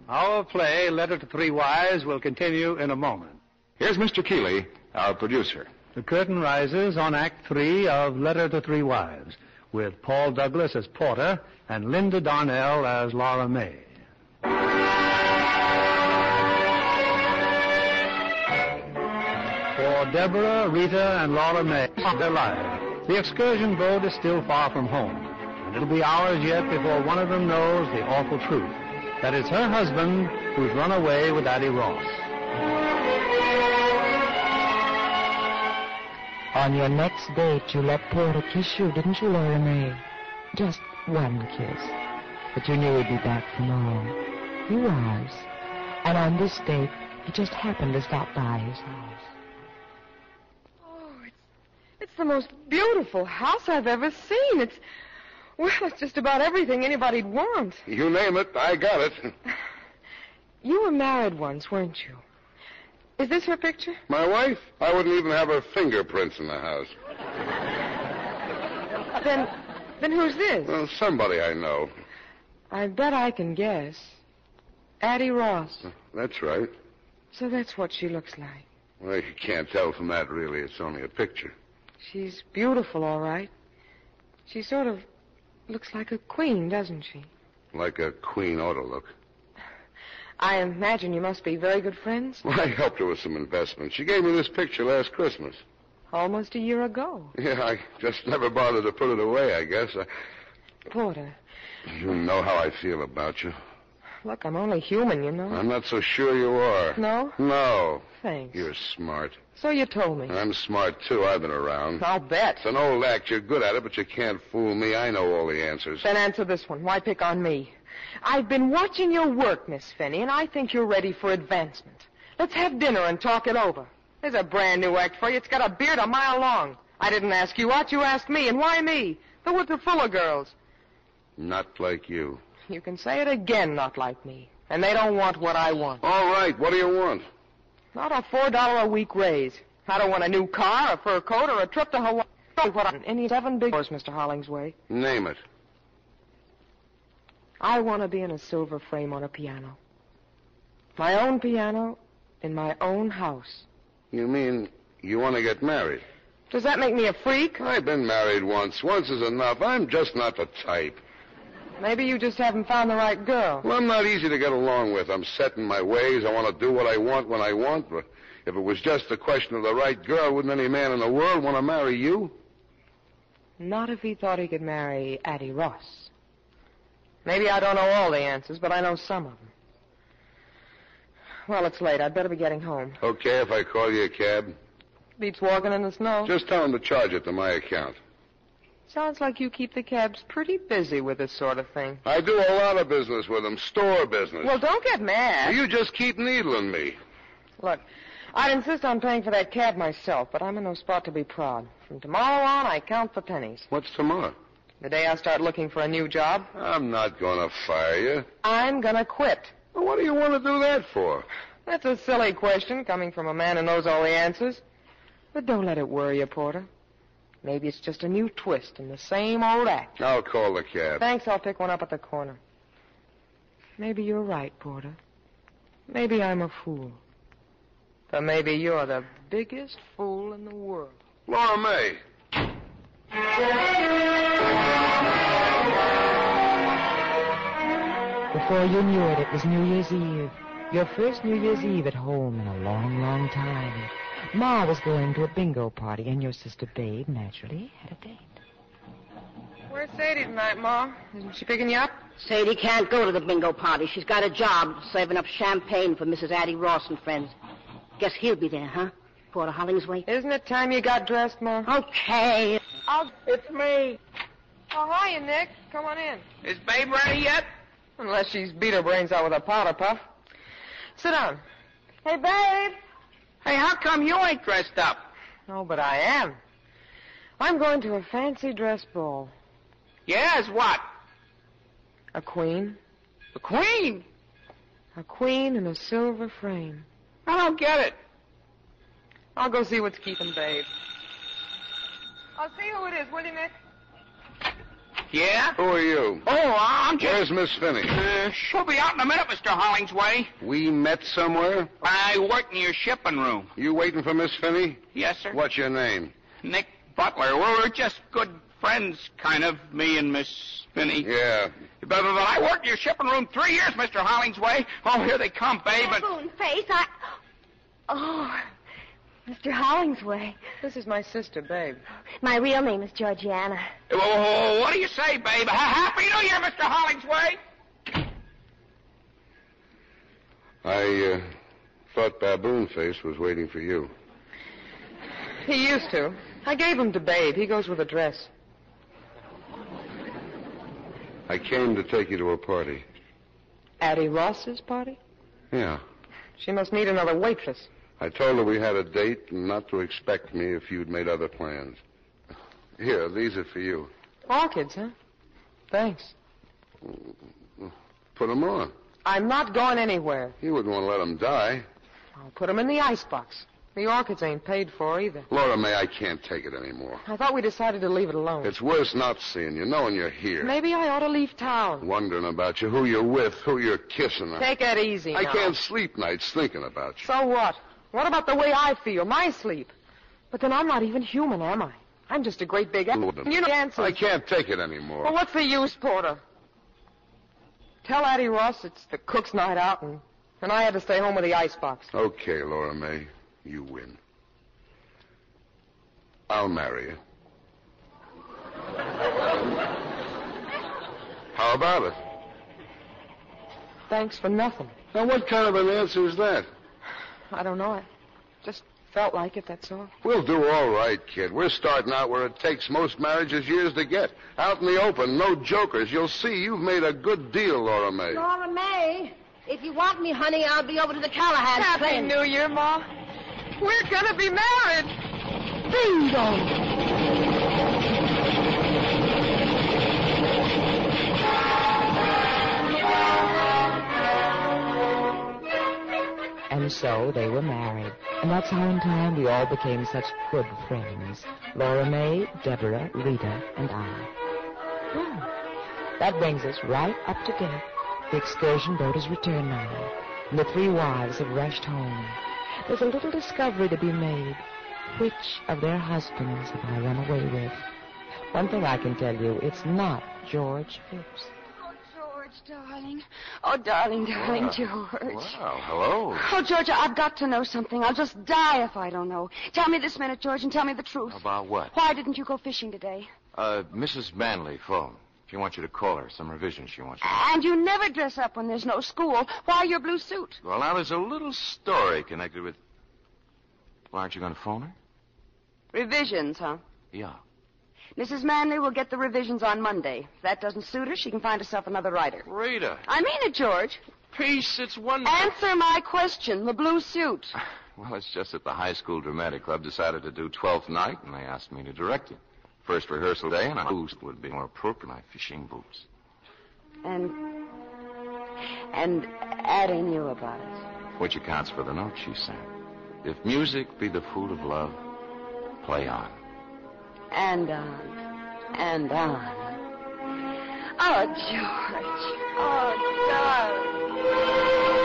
Speaker 2: Our play, Letter to Three Wives, will continue in a moment.
Speaker 11: Here's Mr. Keeley, our producer.
Speaker 2: The curtain rises on Act Three of Letter to Three Wives, with Paul Douglas as Porter and Linda Darnell as Laura May. For Deborah, Rita, and Laura May, they're live. The excursion boat is still far from home, and it'll be hours yet before one of them knows the awful truth. That it's her husband who's run away with Addie Ross.
Speaker 3: On your next date, you let Porter kiss you, didn't you, Laura May? Just one kiss. But you knew he'd be back for more. He was. And on this date, he just happened to stop by his house.
Speaker 8: It's the most beautiful house I've ever seen. It's, well, it's just about everything anybody'd want.
Speaker 9: You name it, I got it.
Speaker 8: You were married once, weren't you? Is this her picture?
Speaker 9: My wife? I wouldn't even have her fingerprints in the house.
Speaker 8: Then, then who's this?
Speaker 9: Well, somebody I know.
Speaker 8: I bet I can guess. Addie Ross.
Speaker 9: That's right.
Speaker 8: So that's what she looks like.
Speaker 9: Well, you can't tell from that, really. It's only a picture.
Speaker 8: She's beautiful, all right. She sort of looks like a queen, doesn't she?
Speaker 9: Like a queen ought to look.
Speaker 8: I imagine you must be very good friends.
Speaker 9: Well, I helped her with some investment. She gave me this picture last Christmas.
Speaker 8: Almost a year ago.
Speaker 9: Yeah, I just never bothered to put it away, I guess. I,
Speaker 8: Porter,
Speaker 9: you know how I feel about you.
Speaker 8: look, I'm only human, you know.
Speaker 9: I'm not so sure you are.
Speaker 8: No?
Speaker 9: No.
Speaker 8: Thanks.
Speaker 9: You're smart.
Speaker 8: So you told me.
Speaker 9: I'm smart, too. I've been around.
Speaker 8: I'll bet.
Speaker 9: It's an old act. You're good at it, but you can't fool me. I know all the answers.
Speaker 8: Then answer this one. Why pick on me? I've been watching your work, Miss Finney, and I think you're ready for advancement. Let's have dinner and talk it over. There's a brand new act for you. It's got a beard a mile long. I didn't ask you out. You asked me, and why me? The woods are full of girls.
Speaker 9: Not like you.
Speaker 8: You can say it again, not like me. And they don't want what I want.
Speaker 9: All right, what do you want?
Speaker 8: Not a four dollar a week raise. I don't want a new car, a fur coat, or a trip to Hawaii. What I- any seven big doors, Mr. Hollingsway.
Speaker 9: Name it.
Speaker 8: I want to be in a silver frame on a piano. My own piano in my own house.
Speaker 9: You mean you want to get married?
Speaker 8: Does that make me a freak?
Speaker 9: I've been married once. Once is enough. I'm just not the type.
Speaker 8: Maybe you just haven't found the right girl.
Speaker 9: Well, I'm not easy to get along with. I'm set in my ways. I want to do what I want when I want. But if it was just a question of the right girl, wouldn't any man in the world want to marry you?
Speaker 8: Not if he thought he could marry Addie Ross. Maybe I don't know all the answers, but I know some of them. Well, it's late. I'd better be getting home.
Speaker 9: Okay, if I call you a cab,
Speaker 8: Beats walking in the snow.
Speaker 9: just tell him to charge it to my account.
Speaker 8: Sounds like you keep the cabs pretty busy with this sort of thing.
Speaker 9: I do a lot of business with them, store business.
Speaker 8: Well, don't get mad.
Speaker 9: you just keep needling me.
Speaker 8: Look, I'd insist on paying for that cab myself, but I'm in no spot to be proud. From tomorrow on, I count the pennies.
Speaker 9: What's tomorrow?
Speaker 8: The day I start looking for a new job,
Speaker 9: I'm not going to fire you.
Speaker 8: I'm gonna quit.
Speaker 9: Well, what do you want to do that for?
Speaker 8: That's a silly question coming from a man who knows all the answers. But don't let it worry you, Porter. Maybe it's just a new twist in the same old act.
Speaker 9: I'll call the cab.
Speaker 8: Thanks, I'll pick one up at the corner. Maybe you're right, Porter. Maybe I'm a fool. But maybe you're the biggest fool in the world.
Speaker 9: Laura May.
Speaker 3: Before you knew it, it was New Year's Eve. Your first New Year's Eve at home in a long, long time. Ma was going to a bingo party, and your sister Babe, naturally, had a date.
Speaker 8: Where's Sadie tonight, Ma? Isn't she picking you up?
Speaker 3: Sadie can't go to the bingo party. She's got a job saving up champagne for Mrs. Addie Ross and friends. Guess he'll be there, huh? Porter Hollingsway.
Speaker 8: Isn't it time you got dressed, Ma?
Speaker 3: Okay.
Speaker 8: Oh, it's me. Oh, hiya, Nick. Come on in.
Speaker 1: Is Babe ready yet?
Speaker 8: Unless she's beat her brains out with a powder puff. Sit down. Hey, babe.
Speaker 1: Hey, how come you ain't dressed up?
Speaker 8: No, but I am. I'm going to a fancy dress ball.
Speaker 1: Yes, what?
Speaker 8: A queen.
Speaker 1: A queen?
Speaker 8: A queen in a silver frame.
Speaker 1: I don't get it.
Speaker 8: I'll go see what's keeping Babe. I'll see who it is, will you, Nick?
Speaker 1: Yeah?
Speaker 9: Who are you?
Speaker 1: Oh, I'm just.
Speaker 9: Where's Miss Finney?
Speaker 1: Uh, she'll be out in a minute, Mr. Hollingsway.
Speaker 9: We met somewhere?
Speaker 1: I work in your shipping room.
Speaker 9: You waiting for Miss Finney?
Speaker 1: Yes, sir.
Speaker 9: What's your name?
Speaker 1: Nick Butler. Well, we're just good friends, kind of, me and Miss Finney.
Speaker 9: Yeah.
Speaker 1: But, but, but I worked in your shipping room three years, Mr. Hollingsway. Oh, here they come, babe. and-
Speaker 18: Baboon face, I. Oh, Mr. Hollingsway.
Speaker 8: This is my sister, Babe.
Speaker 18: My real name is Georgiana.
Speaker 1: Oh, what do you say, babe? Ha- Happy New Year, Mr. Hollingsway.
Speaker 9: I uh, thought Baboon Face was waiting for you.
Speaker 8: He used to. I gave him to Babe. He goes with a dress.
Speaker 9: I came to take you to a party.
Speaker 8: Addie Ross's party?
Speaker 9: Yeah.
Speaker 8: She must need another waitress.
Speaker 9: I told her we had a date and not to expect me if you'd made other plans. Here, these are for you.
Speaker 8: Orchids, huh? Thanks.
Speaker 9: Put 'em on.
Speaker 8: I'm not going anywhere.
Speaker 9: You wouldn't want to let 'em die.
Speaker 8: I'll put 'em in the icebox. The orchids ain't paid for either.
Speaker 9: Laura May, I can't take it anymore.
Speaker 8: I thought we decided to leave it alone.
Speaker 9: It's worse not seeing you, knowing you're here.
Speaker 8: Maybe I ought to leave town.
Speaker 9: Wondering about you, who you're with, who you're kissing.
Speaker 8: Take it easy.
Speaker 9: I
Speaker 8: now.
Speaker 9: can't sleep nights thinking about you.
Speaker 8: So what? What about the way I feel, my sleep? But then I'm not even human, am I? I'm just a great big. a- You know the answer.
Speaker 9: I can't take it anymore.
Speaker 8: Well, what's the use, Porter? Tell Addie Ross it's the cook's night out, and, and I had to stay home with the icebox.
Speaker 9: Okay, Laura May, you win. I'll marry you. How about it?
Speaker 8: Thanks for nothing.
Speaker 9: Now, what kind of an answer is that?
Speaker 8: I don't know. I just felt like it, that's all.
Speaker 9: We'll do all right, kid. We're starting out where it takes most marriages years to get. Out in the open, no jokers. You'll see you've made a good deal, Laura May.
Speaker 16: Laura May, if you want me, honey, I'll be over to the Callahan's
Speaker 8: Happy
Speaker 16: place.
Speaker 8: New Year, Ma. We're gonna be married.
Speaker 16: Bingo!
Speaker 3: And so they were married. And that's how in time we all became such good friends. Laura May, Deborah, Rita, and I. Hmm. That brings us right up to date. The excursion boat has returned now. And the three wives have rushed home. There's a little discovery to be made. Which of their husbands have I run away with? One thing I can tell you, it's not George Phipps.
Speaker 7: Oh, George, darling. Oh, darling, darling, George.
Speaker 6: Wow, Uh, hello.
Speaker 7: Oh, George, I've got to know something. I'll just die if I don't know. Tell me this minute, George, and tell me the truth.
Speaker 6: About what?
Speaker 7: Why didn't you go fishing today?
Speaker 6: Uh, Mrs. Manley, phone. She wants you to call her. Some revisions she wants you to.
Speaker 7: And you never dress up when there's no school. Why your blue suit?
Speaker 6: Well, now there's a little story connected with. Well, aren't you going to phone her?
Speaker 7: Revisions, huh?
Speaker 6: Yeah.
Speaker 7: Mrs. Manley will get the revisions on Monday. If that doesn't suit her, she can find herself another writer.
Speaker 19: Rita.
Speaker 7: I mean it, George.
Speaker 19: Peace, it's wonderful. Ah.
Speaker 7: Answer my question. The blue suit.
Speaker 6: Well, it's just that the high school dramatic club decided to do Twelfth Night, and they asked me to direct it. First rehearsal day, and I boots would be more appropriate. My fishing boots.
Speaker 7: And and Addie knew about it.
Speaker 6: Which accounts for the note she sent. If music be the food of love, play on.
Speaker 7: And on. And on. Oh, George. Oh, darling.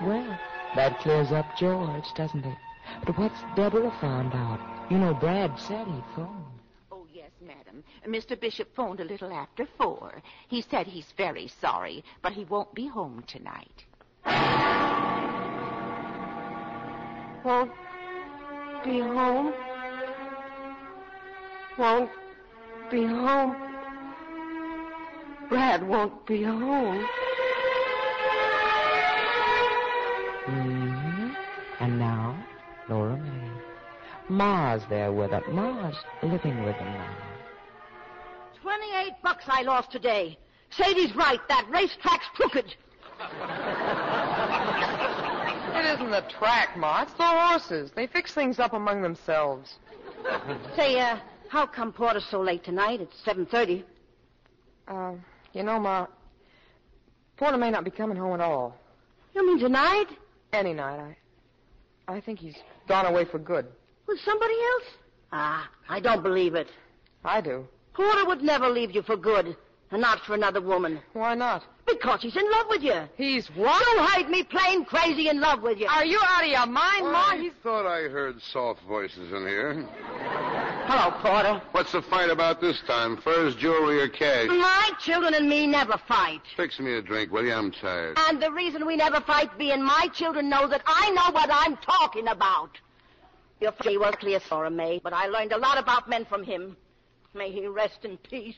Speaker 3: Well, that clears up George, doesn't it? But what's Deborah found out? You know, Brad said he phoned.
Speaker 16: Oh, yes, madam. Mr. Bishop phoned a little after four. He said he's very sorry, but he won't be home tonight.
Speaker 4: Won't be home. Won't be home. Brad won't be home.
Speaker 3: hmm And now, Laura May. Ma's there with her. Ma's living with him now.
Speaker 16: Twenty-eight bucks I lost today. Sadie's right. That racetrack's crooked.
Speaker 8: It isn't the track, Ma. It's the horses. They fix things up among themselves.
Speaker 16: Say, uh, how come Porter's so late tonight? It's seven thirty.
Speaker 8: Uh, you know, Ma, Porter may not be coming home at all.
Speaker 16: You mean tonight?
Speaker 8: Any night. I, I think he's gone away for good.
Speaker 16: With somebody else? Ah, I don't believe it.
Speaker 8: I do.
Speaker 16: Porter would never leave you for good, and not for another woman.
Speaker 8: Why not?
Speaker 16: Because he's in love with you.
Speaker 8: He's what?
Speaker 16: You hate me plain crazy in love with you.
Speaker 8: Are you out of your mind, Ma?
Speaker 9: I
Speaker 8: He's...
Speaker 9: thought I heard soft voices in here.
Speaker 16: Hello, Porter.
Speaker 9: What's the fight about this time? Furs, jewelry, or cash?
Speaker 16: My children and me never fight.
Speaker 9: Fix me a drink, will you? I'm tired.
Speaker 16: And the reason we never fight being my children know that I know what I'm talking about. Your father was clear, Sora May, but I learned a lot about men from him. May he rest in peace.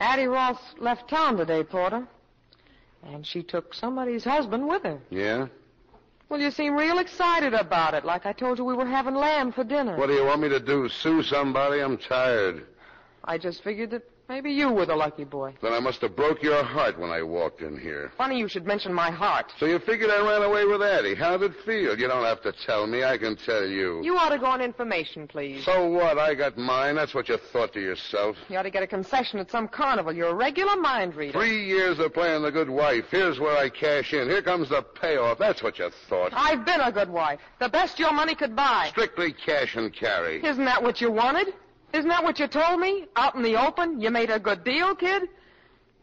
Speaker 8: Addie Ross left town today, Porter. And she took somebody's husband with her.
Speaker 9: Yeah?
Speaker 8: Well, you seem real excited about it, like I told you we were having lamb for dinner.
Speaker 9: What do you want me to do? Sue somebody? I'm tired.
Speaker 8: I just figured that maybe you were the lucky boy.
Speaker 9: Then I must have broke your heart when I walked in here.
Speaker 8: Funny you should mention my heart.
Speaker 9: So you figured I ran away with Addie. How'd it feel? You don't have to tell me. I can tell you.
Speaker 8: You ought to go on information, please.
Speaker 9: So what? I got mine. That's what you thought to yourself.
Speaker 8: You ought to get a concession at some carnival. You're a regular mind reader.
Speaker 9: Three years of playing the good wife. Here's where I cash in. Here comes the payoff. That's what you thought.
Speaker 8: I've been a good wife. The best your money could buy.
Speaker 9: Strictly cash and carry.
Speaker 8: Isn't that what you wanted? Isn't that what you told me? Out in the open, you made a good deal, kid.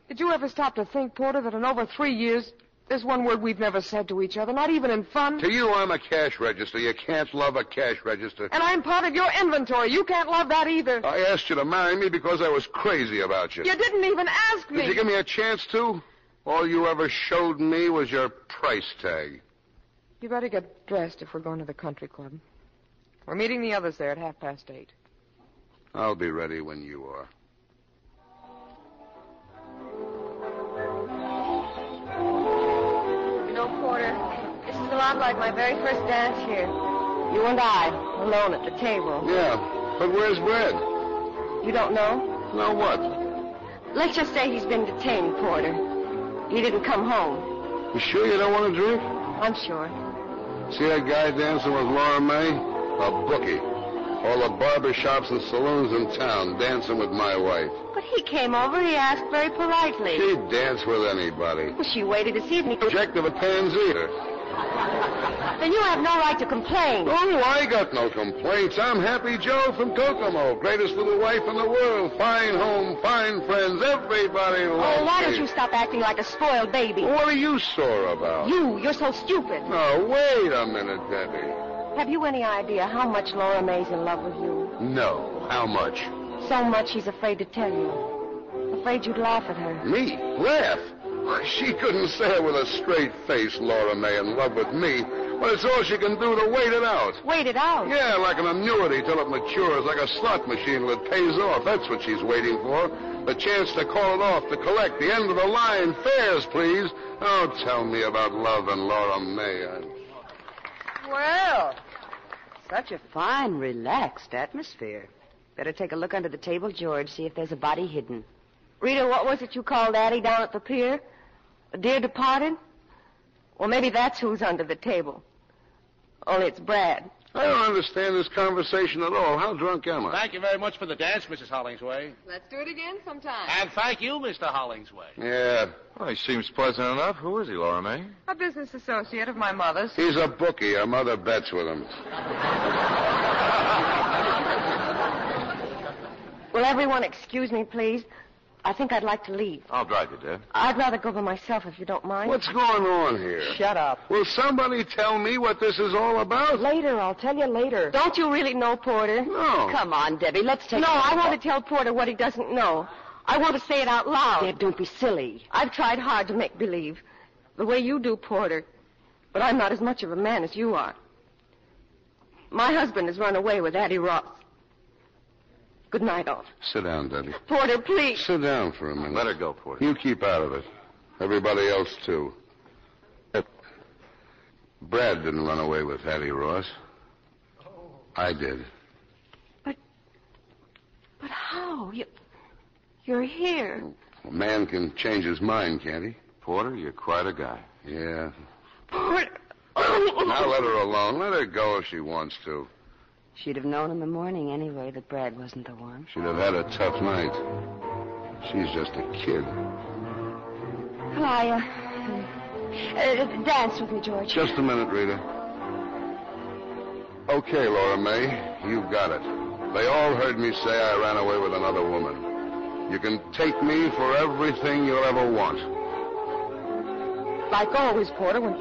Speaker 8: Did you ever stop to think, Porter, that in over three years, there's one word we've never said to each other, not even in fun?
Speaker 9: To you, I'm a cash register. You can't love a cash register.
Speaker 8: And I'm part of your inventory. You can't love that either.
Speaker 9: I asked you to marry me because I was crazy about you.
Speaker 8: You didn't even ask me.
Speaker 9: Did you give me a chance to? All you ever showed me was your price tag.
Speaker 8: You better get dressed if we're going to the country club. We're meeting the others there at half past eight.
Speaker 9: I'll be ready when you are.
Speaker 4: You know, Porter, this is a lot like my very first dance here. You and I, alone at the table.
Speaker 9: Yeah, but where's Brad?
Speaker 4: You don't know?
Speaker 9: Now what?
Speaker 4: Let's just say he's been detained, Porter. He didn't come home.
Speaker 9: You sure you don't want to drink?
Speaker 4: I'm sure.
Speaker 9: See that guy dancing with Laura May? A bookie. All the barber shops and saloons in town dancing with my wife.
Speaker 4: But he came over, he asked very politely.
Speaker 9: She'd dance with anybody.
Speaker 4: Well, she waited to see if he
Speaker 9: Object of a pansy.
Speaker 4: Then you have no right to complain.
Speaker 9: Oh, I got no complaints. I'm Happy Joe from Kokomo, greatest little wife in the world. Fine home, fine friends, everybody loves
Speaker 4: Oh, why don't
Speaker 9: me.
Speaker 4: you stop acting like a spoiled baby?
Speaker 9: What are you sore about?
Speaker 4: You, you're so stupid.
Speaker 9: No, wait a minute, Debbie.
Speaker 4: Have you any idea how much Laura May's in love with you?
Speaker 9: No, how much?
Speaker 4: So much she's afraid to tell you. Afraid you'd laugh at her.
Speaker 9: Me? Laugh? She couldn't say it with a straight face, Laura May, in love with me. Well, it's all she can do to wait it out.
Speaker 14: Wait it out.
Speaker 9: Yeah, like an annuity till it matures, like a slot machine till it pays off. That's what she's waiting for. The chance to call it off, to collect the end of the line. Fares, please. Oh, tell me about love and Laura May. I-
Speaker 7: Well, such a fine, relaxed atmosphere. Better take a look under the table, George, see if there's a body hidden.
Speaker 3: Rita, what was it you called Addie down at the pier? A dear departed? Well, maybe that's who's under the table. Only Oh, it's Brad.
Speaker 9: I don't understand this conversation at all. How drunk am I?
Speaker 20: Thank you very much for the dance, Mrs. Hollingsway.
Speaker 4: Let's do it again sometime.
Speaker 9: Ah.
Speaker 20: And thank you, Mr. Hollingsway.
Speaker 9: Yeah.
Speaker 6: Well, he seems pleasant enough. Who is he, Laura May?
Speaker 8: A business associate of my mother's.
Speaker 9: He's a bookie. Her mother bets with him.
Speaker 3: Will everyone excuse me, please? I think I'd like to leave.
Speaker 6: I'll drive you, dear.
Speaker 3: I'd rather go by myself if you don't mind.
Speaker 9: What's going on here?
Speaker 3: Shut up.
Speaker 9: Will somebody tell me what this is all about?
Speaker 3: Later, I'll tell you later. Don't you really know Porter?
Speaker 9: No.
Speaker 3: Come on, Debbie, let's
Speaker 9: take
Speaker 3: No,
Speaker 9: a
Speaker 3: I
Speaker 9: look.
Speaker 3: want to tell Porter what he doesn't know. I want to say it out loud. Deb, don't be silly. I've tried hard to make believe. The way you do, Porter. But I'm not as much of a man as you are. My husband has run away with Addie Ross. Good night, all.
Speaker 9: Sit down, Debbie.
Speaker 3: Porter, please.
Speaker 9: Sit down for a minute. Let her
Speaker 6: go, Porter.
Speaker 9: You keep out of it. Everybody else, too. Uh, Brad didn't run away with Hattie Ross. I did.
Speaker 4: But how? You, you're here.
Speaker 9: A man can change his mind, can't he?
Speaker 6: Porter, you're quite a guy.
Speaker 9: Yeah.
Speaker 7: Porter.
Speaker 9: Now let her alone. Let her go if she wants to.
Speaker 7: She'd have known in the morning anyway that Brad wasn't the one.
Speaker 9: She'd have had a tough night. She's just a kid.
Speaker 3: Clia. Uh, dance with me, George.
Speaker 9: Just a minute, Rita. Okay, Laura May, you've got it. They all heard me say I ran away with another woman. You can take me for everything you'll ever want.
Speaker 8: Like always, Porter, when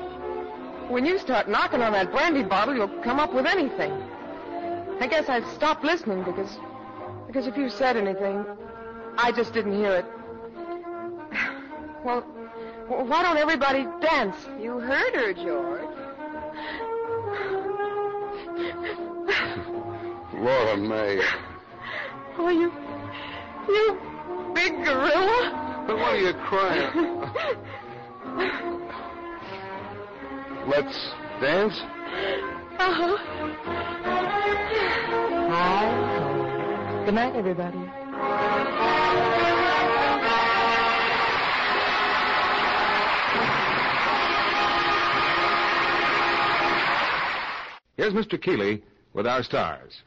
Speaker 8: when you start knocking on that brandy bottle, you'll come up with anything. I guess I've stopped listening because because if you said anything, I just didn't hear it. Well, w- why don't everybody dance? You heard her, George.
Speaker 9: Laura May.
Speaker 4: Oh, you. You big gorilla.
Speaker 9: But why are you crying? Let's dance?
Speaker 4: Uh-huh.
Speaker 16: Good night, everybody.
Speaker 1: Here's Mr. Keeley with our stars.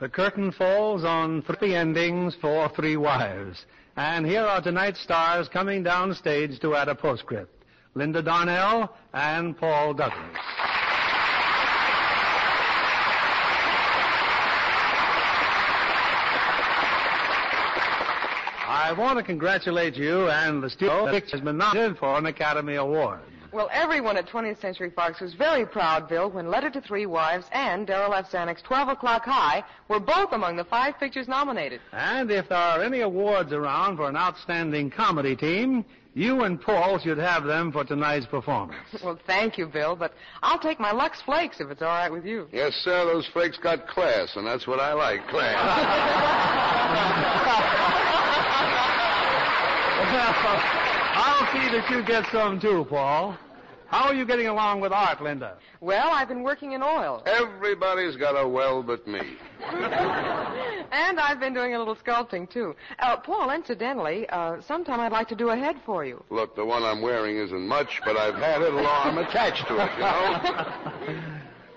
Speaker 2: The curtain falls on three endings for three wives. And here are tonight's stars coming downstage to add a postscript. Linda Darnell and Paul Douglas. I want to congratulate you and the studio. Picture has been nominated for an Academy Award.
Speaker 8: Well, everyone at 20th Century Fox was very proud, Bill, when Letter to Three Wives and Daryl F. Zanuck's 12 O'Clock High were both among the five pictures nominated.
Speaker 2: And if there are any awards around for an outstanding comedy team, you and Paul should have them for tonight's performance.
Speaker 8: Well, thank you, Bill, but I'll take my Lux Flakes if it's all right with you.
Speaker 9: Yes, sir, those flakes got class, and that's what I like, class.
Speaker 2: I'll see that you get some too, Paul. How are you getting along with art, Linda?
Speaker 8: Well, I've been working in oil,
Speaker 9: Everybody's got a well but me.
Speaker 8: and I've been doing a little sculpting, too. Uh, Paul, incidentally, uh, sometime I'd like to do a head for you.
Speaker 9: Look, the one I'm wearing isn't much, but I've had it long. I'm attached to it, you know?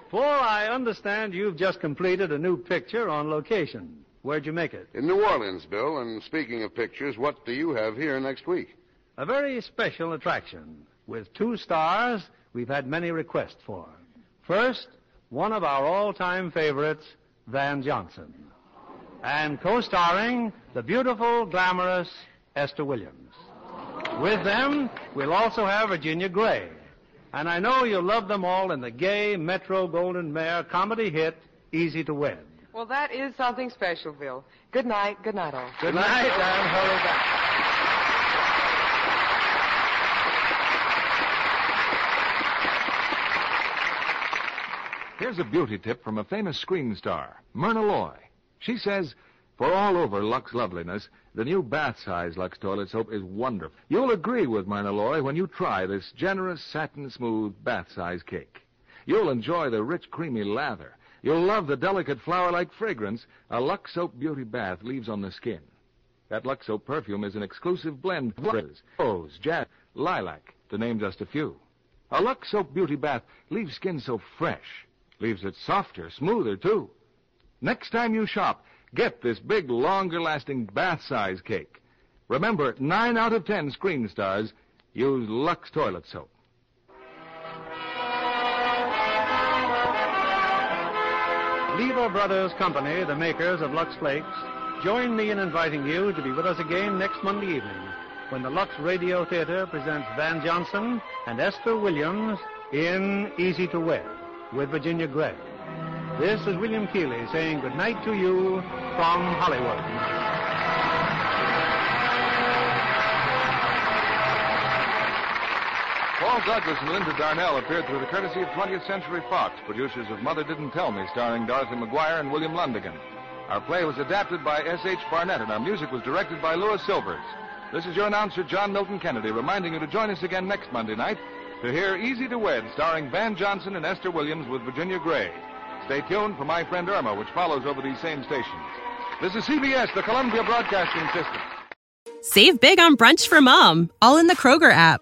Speaker 2: Paul, I understand you've just completed a new picture on location. Where'd you make it?
Speaker 9: In New Orleans, Bill, and speaking of pictures, what do you have here next week?
Speaker 2: A very special attraction with two stars we've had many requests for. First, one of our all-time favorites, Van Johnson. And co-starring the beautiful, glamorous Esther Williams. With them, we'll also have Virginia Gray. And I know you'll love them all in the gay Metro Golden Mare comedy hit, Easy to Wed.
Speaker 8: Well, that is something special, Bill. Good night. Good night, all.
Speaker 2: Good night, and hurry back.
Speaker 1: Here's a beauty tip from a famous screen star, Myrna Loy. She says, for all over Lux loveliness, the new bath size Lux toilet soap is wonderful. You'll agree with Myrna Loy when you try this generous satin smooth bath size cake. You'll enjoy the rich creamy lather. You'll love the delicate flower like fragrance a Lux soap beauty bath leaves on the skin. That Lux soap perfume is an exclusive blend of roses, rose, jazz, lilac, to name just a few. A Lux soap beauty bath leaves skin so fresh, leaves it softer, smoother too. Next time you shop, get this big, longer lasting bath size cake. Remember, nine out of ten screen stars use Lux toilet soap.
Speaker 2: Lever Brothers Company, the makers of Lux Flakes, join me in inviting you to be with us again next Monday evening when the Lux Radio Theater presents Van Johnson and Esther Williams in Easy to Wear with Virginia Gregg. This is William Keeley saying good night to you from Hollywood.
Speaker 1: Paul Douglas and Linda Darnell appeared through the courtesy of 20th Century Fox, producers of Mother Didn't Tell Me, starring Dorothy McGuire and William Lundigan. Our play was adapted by S.H. Barnett, and our music was directed by Louis Silvers. This is your announcer, John Milton Kennedy, reminding you to join us again next Monday night to hear Easy to Wed, starring Van Johnson and Esther Williams with Virginia Gray. Stay tuned for My Friend Irma, which follows over these same stations. This is CBS, the Columbia Broadcasting System.
Speaker 21: Save big on brunch for mom, all in the Kroger app.